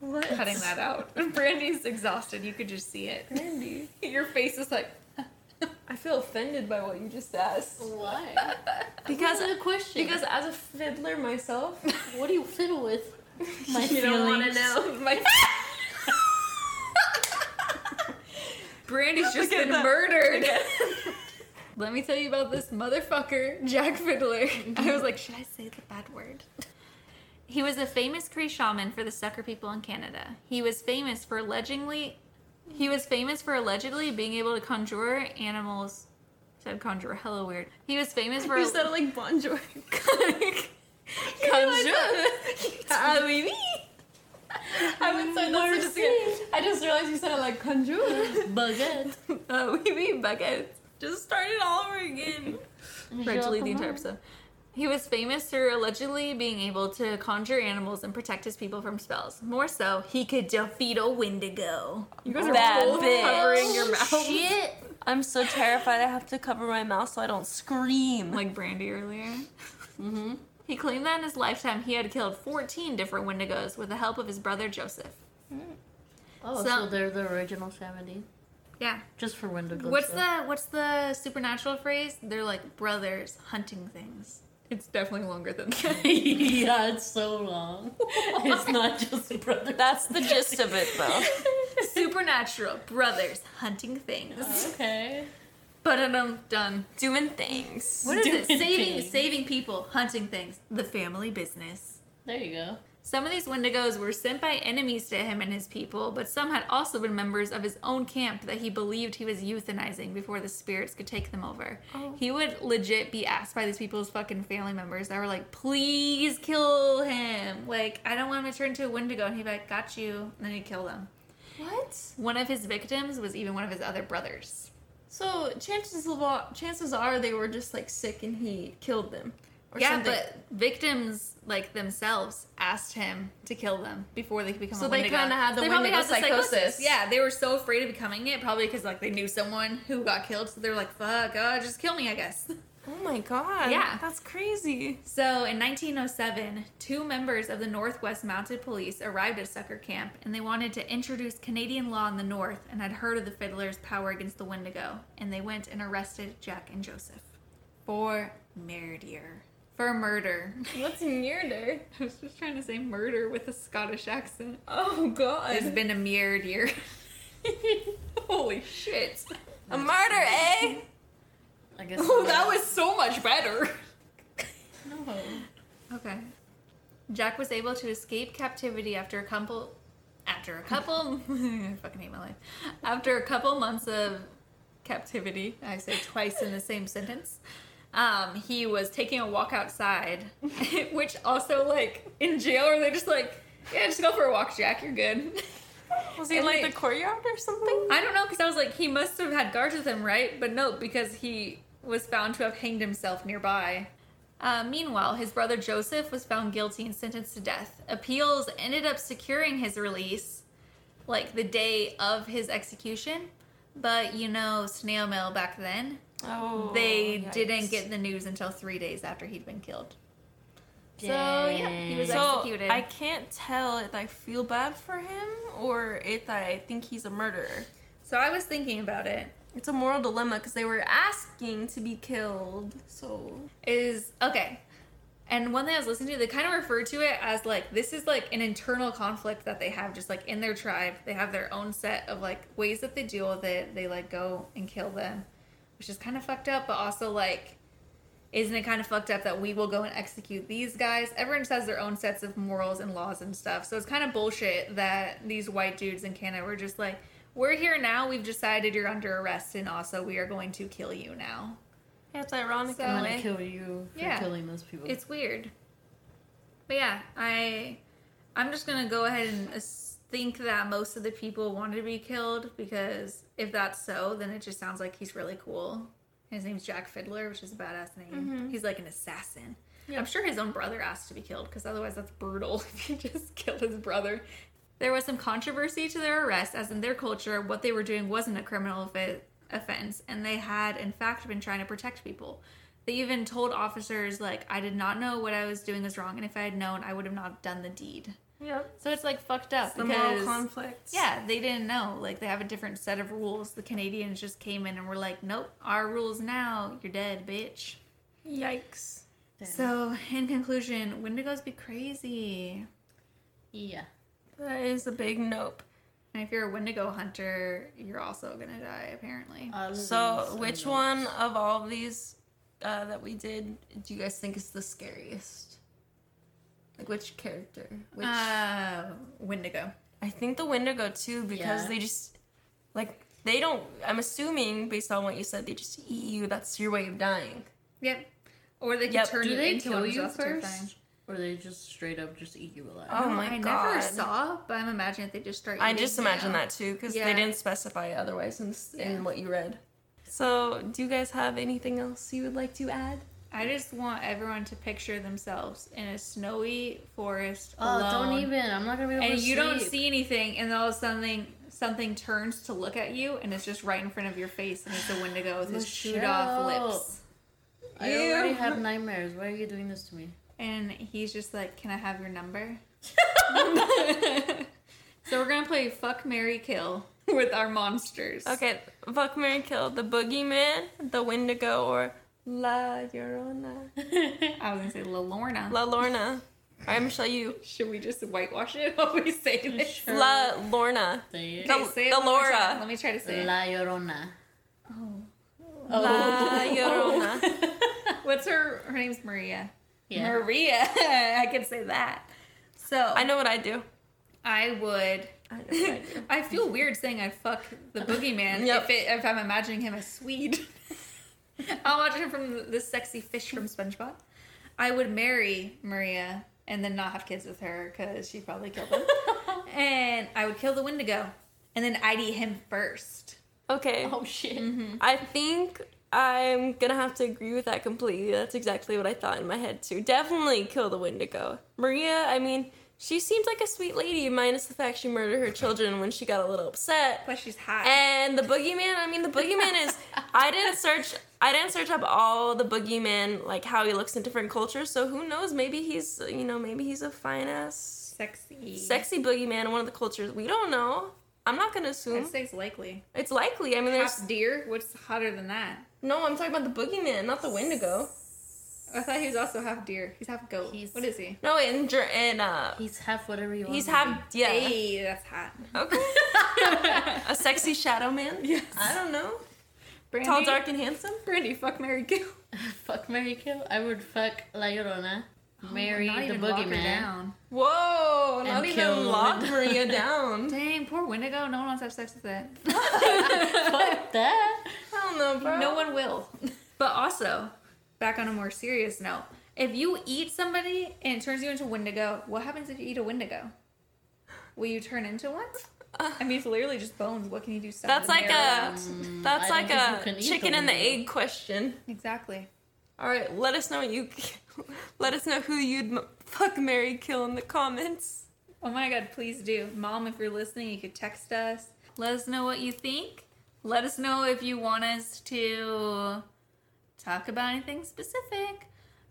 [SPEAKER 2] What?
[SPEAKER 1] cutting that out. (laughs) Brandy's exhausted. You could just see it. (laughs)
[SPEAKER 2] Brandy.
[SPEAKER 1] Your face is like.
[SPEAKER 2] I feel offended by what you just asked.
[SPEAKER 3] Oh, Why?
[SPEAKER 2] Because
[SPEAKER 3] What a question.
[SPEAKER 2] because as a fiddler myself,
[SPEAKER 3] what do you fiddle with? My
[SPEAKER 2] you don't want to
[SPEAKER 3] feelings.
[SPEAKER 2] know. (laughs) My
[SPEAKER 1] (laughs) Brandy's just
[SPEAKER 2] Look at
[SPEAKER 1] been
[SPEAKER 2] that.
[SPEAKER 1] murdered. (laughs) Let me tell you about this motherfucker, Jack Fiddler. I was like, should I say the bad word? He was a famous Cree shaman for the sucker people in Canada. He was famous for allegedly he was famous for allegedly being able to conjure animals. Said conjure, hella weird. He was
[SPEAKER 2] (laughs)
[SPEAKER 1] famous for
[SPEAKER 2] you sounded like Bon Jovi. (laughs)
[SPEAKER 1] (laughs) conjure.
[SPEAKER 2] I would say that's just I just realized you sounded like
[SPEAKER 3] (laughs)
[SPEAKER 2] conjure.
[SPEAKER 3] Baguette.
[SPEAKER 1] Oh, (laughs) we mean buckets.
[SPEAKER 2] Just start it all
[SPEAKER 1] (laughs)
[SPEAKER 2] over again.
[SPEAKER 1] Virtually the entire episode. He was famous for allegedly being able to conjure animals and protect his people from spells. More so, he could defeat a Wendigo. (laughs)
[SPEAKER 2] You guys are Bad
[SPEAKER 1] both
[SPEAKER 2] bitch.
[SPEAKER 1] covering
[SPEAKER 3] (laughs)
[SPEAKER 1] your
[SPEAKER 3] Oh,
[SPEAKER 1] mouth.
[SPEAKER 3] Shit.
[SPEAKER 2] I'm so terrified I have to cover my mouth so I don't scream.
[SPEAKER 1] Like Brandy earlier.
[SPEAKER 3] Mm-hmm.
[SPEAKER 1] He claimed that in his lifetime he had killed 14 different Wendigos with the help of his brother Joseph.
[SPEAKER 3] Oh, so,
[SPEAKER 1] So-
[SPEAKER 3] they're the original 70.
[SPEAKER 1] Yeah.
[SPEAKER 3] Just for Wendigo.
[SPEAKER 1] What's the what's the supernatural phrase? They're like brothers hunting things. It's definitely longer (laughs) than that.
[SPEAKER 3] (laughs) yeah, it's so long. it's not just brother.
[SPEAKER 2] That's the gist of it though.
[SPEAKER 1] Supernatural brothers hunting things.
[SPEAKER 3] (laughs) okay.
[SPEAKER 1] But I'm done.
[SPEAKER 2] Doing things.
[SPEAKER 1] What is it?
[SPEAKER 3] Doing
[SPEAKER 1] Saving
[SPEAKER 3] things.
[SPEAKER 1] saving people, hunting things, the family business.
[SPEAKER 3] There you go.
[SPEAKER 1] Some of these Wendigos were sent by enemies to him and his people, but some had also been members of his own camp that he believed he was euthanizing before the spirits could take them over.
[SPEAKER 2] Oh.
[SPEAKER 1] He would legit be asked by these people's fucking family members that were like, please kill him. Like, I don't want him to turn into a Wendigo. And he'd be like, got you. And then he'd kill them.
[SPEAKER 2] What?
[SPEAKER 1] One of his victims was even one of his other brothers.
[SPEAKER 2] So chances of all, chances are they were just like sick and he killed them. Or
[SPEAKER 1] yeah,
[SPEAKER 2] something.
[SPEAKER 1] but victims, like themselves, asked him to kill them before they could become
[SPEAKER 2] So
[SPEAKER 1] a
[SPEAKER 2] they
[SPEAKER 1] Wendigo.
[SPEAKER 2] kinda had the
[SPEAKER 1] probably
[SPEAKER 2] Wendigo
[SPEAKER 1] had the
[SPEAKER 2] psychosis.
[SPEAKER 1] Yeah, they were so afraid of becoming it, probably because, like, they knew someone who got killed, so they were like, fuck, oh, just kill me, I guess. (laughs)
[SPEAKER 2] oh my god.
[SPEAKER 1] Yeah.
[SPEAKER 2] that's crazy.
[SPEAKER 1] So in 1907, two members of the Northwest Mounted Police arrived at Sucker Camp and they wanted to introduce Canadian law in the North and had heard of the fiddler's power against the Wendigo. And they went and arrested Jack and Joseph for murder. For murder. (laughs)
[SPEAKER 2] What's murder?
[SPEAKER 1] I was just trying to say murder with a Scottish accent.
[SPEAKER 2] Oh
[SPEAKER 1] It's
[SPEAKER 2] god.
[SPEAKER 1] been a murder. (laughs) Holy shit.
[SPEAKER 2] (laughs)
[SPEAKER 1] (laughs)
[SPEAKER 2] A murder, eh?
[SPEAKER 3] I guess.
[SPEAKER 2] Oh, (laughs) that was so much better.
[SPEAKER 3] No.
[SPEAKER 1] Okay. Jack was able to escape captivity after a couple, after a couple, (laughs) I fucking hate my life. After a couple months of captivity, I say twice in the same sentence. Um, he was taking a walk outside, (laughs) which also like in jail, are they just like, yeah, just go for a walk, Jack, you're good. (laughs)
[SPEAKER 2] Was he in
[SPEAKER 1] And
[SPEAKER 2] like
[SPEAKER 1] they-
[SPEAKER 2] the courtyard or something?
[SPEAKER 1] I don't know because I was like, he must have had guards with him, right? But no, because he was found to have hanged himself nearby. Uh, meanwhile, his brother Joseph was found guilty and sentenced to death. Appeals ended up securing his release, like the day of his execution. But you know, snail mail back then,
[SPEAKER 2] Oh,
[SPEAKER 1] they
[SPEAKER 2] yikes.
[SPEAKER 1] didn't get the news until three days after he'd been killed. So yeah,
[SPEAKER 3] Dang.
[SPEAKER 1] he was
[SPEAKER 2] so
[SPEAKER 1] executed.
[SPEAKER 2] I can't tell if I feel bad for him or if I think he's a murderer.
[SPEAKER 1] so I was thinking about it.
[SPEAKER 2] It's a moral dilemma because they were asking to be killed. So
[SPEAKER 1] is okay. And one thing I was listening to, they kind of refer to it as like this is like an internal conflict that they have, just like in their tribe. They have their own set of like ways that they deal with it. They like go and kill them, which is kind of fucked up, but also like, isn't it kind of fucked up that we will go and execute these guys? Everyone just has their own sets of morals and laws and stuff. So it's kind of bullshit that these white dudes in Canada were just like, we're here now. We've decided you're under arrest, and also we are going to kill you now.
[SPEAKER 2] yeah, it's ironic.
[SPEAKER 1] So-
[SPEAKER 2] in a
[SPEAKER 1] That
[SPEAKER 3] I'm
[SPEAKER 2] way.
[SPEAKER 3] gonna kill you for
[SPEAKER 1] Yeah.
[SPEAKER 3] killing those people.
[SPEAKER 1] It's weird. But yeah, I I'm just gonna go ahead and as- think that most of the people wanted to be killed because if that's so, then it just sounds like he's really cool. His name's Jack Fiddler, which is a badass name. He's like an assassin. I'm sure his own brother asked to be killed because otherwise that's brutal (laughs) if you just killed his brother. There was some controversy to their arrest, as in their culture, what they were doing wasn't a criminal offe- offense, and they had, in fact, been trying to protect people. They even told officers, like, I did not know what I was doing was wrong, and if I had known, I would have not done the deed.
[SPEAKER 2] Yep.
[SPEAKER 1] So it's like fucked up.
[SPEAKER 2] The moral
[SPEAKER 1] because-
[SPEAKER 2] conflicts.
[SPEAKER 1] yeah, they didn't know. Like they have a different set of rules. The Canadians just came in and were like, "Nope, our rules now. You're dead, bitch."
[SPEAKER 2] Yikes.
[SPEAKER 3] Damn.
[SPEAKER 1] So, in conclusion, Wendigos be crazy.
[SPEAKER 3] yeah.
[SPEAKER 2] That is a big nope.
[SPEAKER 1] And if you're a Wendigo hunter, you're also gonna die, apparently.
[SPEAKER 3] All of
[SPEAKER 2] So,
[SPEAKER 3] these
[SPEAKER 2] which
[SPEAKER 3] are
[SPEAKER 2] one of all of these uh, that we did do you guys think is the scariest? Like which character? Which
[SPEAKER 1] Uh, Wendigo.
[SPEAKER 2] I think the Wendigo too, because
[SPEAKER 3] Yeah.
[SPEAKER 2] they just like they don't. I'm assuming based on what you said, they just eat you. That's your way of dying.
[SPEAKER 1] Yep. Or they can
[SPEAKER 2] Yep.
[SPEAKER 1] turn
[SPEAKER 3] Do
[SPEAKER 1] you
[SPEAKER 3] they
[SPEAKER 1] into one,
[SPEAKER 3] kill
[SPEAKER 1] which is
[SPEAKER 3] you
[SPEAKER 1] also terrifying.
[SPEAKER 3] first, or they just straight up just eat you alive?
[SPEAKER 1] No,
[SPEAKER 2] Oh my
[SPEAKER 1] I
[SPEAKER 2] god!
[SPEAKER 1] never saw, but I'm imagining they just start.
[SPEAKER 2] I
[SPEAKER 1] eating
[SPEAKER 2] just
[SPEAKER 1] you.
[SPEAKER 2] imagine that too, because
[SPEAKER 1] Yeah.
[SPEAKER 2] they didn't specify otherwise in, s
[SPEAKER 1] Yeah.
[SPEAKER 2] in what you read. So, do you guys have anything else you would like to add?
[SPEAKER 1] I just want everyone to picture themselves in a snowy forest.
[SPEAKER 3] Oh,
[SPEAKER 1] alone.
[SPEAKER 3] don't even! I'm not gonna be able to
[SPEAKER 1] and you don't
[SPEAKER 3] sleep.
[SPEAKER 1] see anything, and all of a sudden something turns to look at you, and it's just right in front of your face, and it's a Wendigo with his shoot off
[SPEAKER 3] Michelle.
[SPEAKER 1] lips,
[SPEAKER 3] I
[SPEAKER 2] Ew.
[SPEAKER 3] already have nightmares. Why are you doing this to (laughs) me?
[SPEAKER 1] and he's just like, "Can I have your (laughs) number?" so we're gonna play Fuck Mary Kill with our monsters.
[SPEAKER 2] Okay, fuck Mary Kill, the boogeyman, the Wendigo, or La Llorona.
[SPEAKER 1] I was gonna say La Lorna.
[SPEAKER 2] La Lorna. I'm Michelle, you.
[SPEAKER 1] Should we just whitewash it while we say this?
[SPEAKER 3] Sure.
[SPEAKER 2] La Lorna.
[SPEAKER 3] Say it.
[SPEAKER 2] No.
[SPEAKER 1] Okay,
[SPEAKER 2] The-
[SPEAKER 1] say it
[SPEAKER 2] the
[SPEAKER 1] one more
[SPEAKER 2] Laura.
[SPEAKER 1] time. Let me try to say it.
[SPEAKER 3] La Llorona. Oh. (laughs)
[SPEAKER 2] La Llorona.
[SPEAKER 1] What's her? Her name's Maria.
[SPEAKER 3] (laughs)
[SPEAKER 1] (laughs)
[SPEAKER 3] Yeah.
[SPEAKER 1] Maria. I can say that. So
[SPEAKER 2] I know what I do.
[SPEAKER 1] I would.
[SPEAKER 2] (laughs)
[SPEAKER 3] I know what I
[SPEAKER 1] I,
[SPEAKER 3] do.
[SPEAKER 1] feel weird saying I fuck the boogeyman
[SPEAKER 2] Yep.
[SPEAKER 1] if, it, if I'm imagining him as Swede. (laughs) I'll imagine him from this sexy fish from SpongeBob. I would marry Maria and then not have kids with her because she'd probably kill
[SPEAKER 2] (laughs)
[SPEAKER 1] them. and I would kill the Wendigo and then I'd eat him first.
[SPEAKER 2] Okay.
[SPEAKER 3] Oh shit.
[SPEAKER 2] I think I'm gonna have to agree with that completely. That's exactly what I thought in my head too. Definitely kill the Wendigo. Maria, I mean, she seems like a sweet lady, minus the fact she murdered her children when she got a little upset.
[SPEAKER 1] Plus she's hot.
[SPEAKER 2] And the boogeyman, I mean, the boogeyman is. I didn't search. I didn't search up all the boogeyman, like how he looks in different cultures. So who knows? Maybe he's, you know, maybe he's a fine ass,
[SPEAKER 1] sexy.
[SPEAKER 2] sexy boogeyman in one of the cultures. We don't know. I'm not gonna
[SPEAKER 1] I'd
[SPEAKER 2] assume.
[SPEAKER 1] say it's likely.
[SPEAKER 2] It's likely. I mean, there's
[SPEAKER 1] Half deer? What's hotter than that?
[SPEAKER 2] no. I'm talking about the boogeyman, not the Wendigo.
[SPEAKER 1] I thought he was also half deer. He's half goat.
[SPEAKER 3] He's-
[SPEAKER 1] what is he?
[SPEAKER 2] No, in Ger- in uh,
[SPEAKER 3] He's half whatever you want.
[SPEAKER 2] he's
[SPEAKER 3] him to
[SPEAKER 2] half yeah.
[SPEAKER 1] Hey, that's hot.
[SPEAKER 2] Okay. (laughs) a sexy shadow man.
[SPEAKER 1] (laughs) Yes.
[SPEAKER 2] I don't know.
[SPEAKER 1] Brandy,
[SPEAKER 2] Tall, dark, and handsome.
[SPEAKER 1] Brandy, fuck Mary Kill.
[SPEAKER 3] be. (laughs) fuck Mary Kill. I would fuck La Llorona. Marry
[SPEAKER 1] Not
[SPEAKER 3] the
[SPEAKER 1] even lock her
[SPEAKER 3] boogeyman.
[SPEAKER 1] down.
[SPEAKER 2] Whoa!
[SPEAKER 3] And
[SPEAKER 2] Not
[SPEAKER 3] kill
[SPEAKER 2] even
[SPEAKER 3] the
[SPEAKER 2] lock
[SPEAKER 3] Wendigo.
[SPEAKER 2] Maria
[SPEAKER 1] (laughs)
[SPEAKER 2] down.
[SPEAKER 1] Dang, poor Wendigo. No one wants to have sex with that.
[SPEAKER 3] (laughs) fuck that.
[SPEAKER 2] I don't know, bro.
[SPEAKER 1] No one will. (laughs) But also, back on a more serious note, if you eat somebody and it turns you into Wendigo, what happens if you eat a Wendigo? Will you turn into one? I mean, it's literally just bones. What can you do? Stuff
[SPEAKER 2] Uh. That's
[SPEAKER 1] with
[SPEAKER 2] like
[SPEAKER 1] marrow?
[SPEAKER 2] a
[SPEAKER 3] Mm,
[SPEAKER 2] that's
[SPEAKER 3] I
[SPEAKER 2] like
[SPEAKER 3] don't think you
[SPEAKER 2] a
[SPEAKER 3] can eat
[SPEAKER 2] chicken
[SPEAKER 3] the
[SPEAKER 2] and the
[SPEAKER 3] Wendigo.
[SPEAKER 2] egg question.
[SPEAKER 1] exactly.
[SPEAKER 2] All right, let us know what you (laughs) let us know who you'd m- fuck, Mary kill in the comments.
[SPEAKER 1] Oh my god, please do. Mom, if you're listening, you could text us. Let us know what you think. Let us know if you want us to talk about anything specific.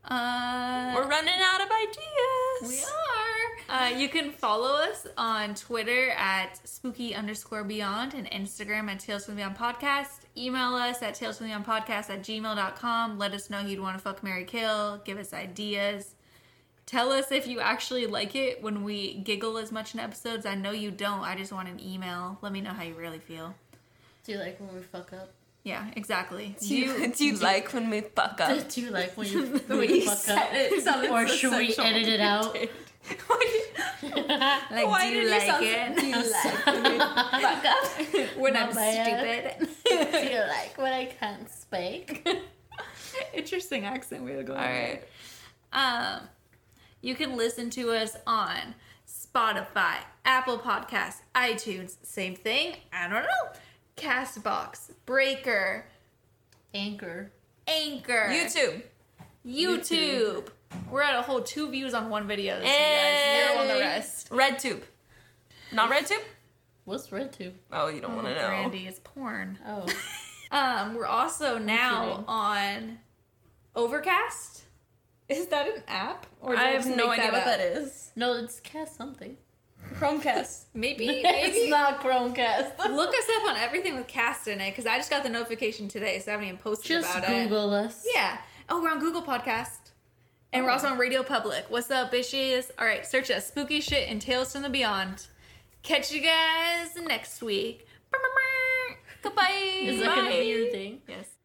[SPEAKER 1] Uh,
[SPEAKER 2] We're running out of ideas.
[SPEAKER 1] we are. Uh, you can follow us on Twitter at spooky underscore beyond and Instagram at Tales from the Beyond Podcast. Email us at Tales from the Beyond Podcast at gmail.com. Let us know who you'd want to fuck Mary Kill. Give us ideas. Tell us if you actually like it when we giggle as much in episodes. I know you don't. I just want an email. Let me know how you really feel.
[SPEAKER 3] Do you like when we fuck up?
[SPEAKER 1] Yeah, exactly.
[SPEAKER 2] Do you, (laughs) do you
[SPEAKER 1] (laughs)
[SPEAKER 2] like when we fuck up?
[SPEAKER 3] Do you like when you, (laughs)
[SPEAKER 2] (laughs)
[SPEAKER 3] when
[SPEAKER 1] way
[SPEAKER 3] you
[SPEAKER 1] you
[SPEAKER 3] fuck
[SPEAKER 1] said
[SPEAKER 3] up?
[SPEAKER 1] it sounded
[SPEAKER 3] Or
[SPEAKER 1] so
[SPEAKER 3] should we
[SPEAKER 1] sexual.
[SPEAKER 3] edit it out? (laughs)
[SPEAKER 1] Like,
[SPEAKER 2] Why
[SPEAKER 1] do you
[SPEAKER 2] did you
[SPEAKER 1] like
[SPEAKER 2] sound-
[SPEAKER 1] it? (laughs)
[SPEAKER 2] do (laughs) you like when we fuck up?
[SPEAKER 1] when I'm
[SPEAKER 3] Not bad. Do
[SPEAKER 1] stupid? (laughs)
[SPEAKER 3] you like when I can't speak?
[SPEAKER 1] Interesting accent we had going.
[SPEAKER 2] All right.
[SPEAKER 1] Um, you can listen to us on Spotify, Apple Podcasts, iTunes, same thing. I don't know. Castbox, Breaker,
[SPEAKER 3] (laughs) Anchor.
[SPEAKER 1] Anchor,
[SPEAKER 2] YouTube.
[SPEAKER 1] YouTube. We're at a whole two views on one video this year, guys. Zero on the rest.
[SPEAKER 2] Red Tube. Not Red Tube?
[SPEAKER 3] What's red tube?
[SPEAKER 2] Oh, you don't want to know.
[SPEAKER 1] Brandy is porn.
[SPEAKER 3] Oh,
[SPEAKER 1] Um, we're also now
[SPEAKER 3] kidding.
[SPEAKER 1] on Overcast. Is that an app? Or did
[SPEAKER 2] I have
[SPEAKER 1] just
[SPEAKER 2] no
[SPEAKER 1] make
[SPEAKER 2] idea what
[SPEAKER 1] up?
[SPEAKER 2] that is.
[SPEAKER 3] no, it's cast something.
[SPEAKER 2] Chromecast. (laughs)
[SPEAKER 1] Maybe,
[SPEAKER 3] it's
[SPEAKER 1] maybe
[SPEAKER 3] not Chromecast.
[SPEAKER 1] Look us up on everything with cast in it because I just got the notification today, so I haven't even posted
[SPEAKER 3] Just
[SPEAKER 1] about it.
[SPEAKER 3] Google us.
[SPEAKER 1] Yeah. Oh, we're on Google Podcast. And we're also on Radio Public. What's up, bitches? All right, search us Spooky Shit and Tales from the Beyond. Catch you guys next week. Goodbye.
[SPEAKER 3] Is that gonna be your thing?
[SPEAKER 1] Yes.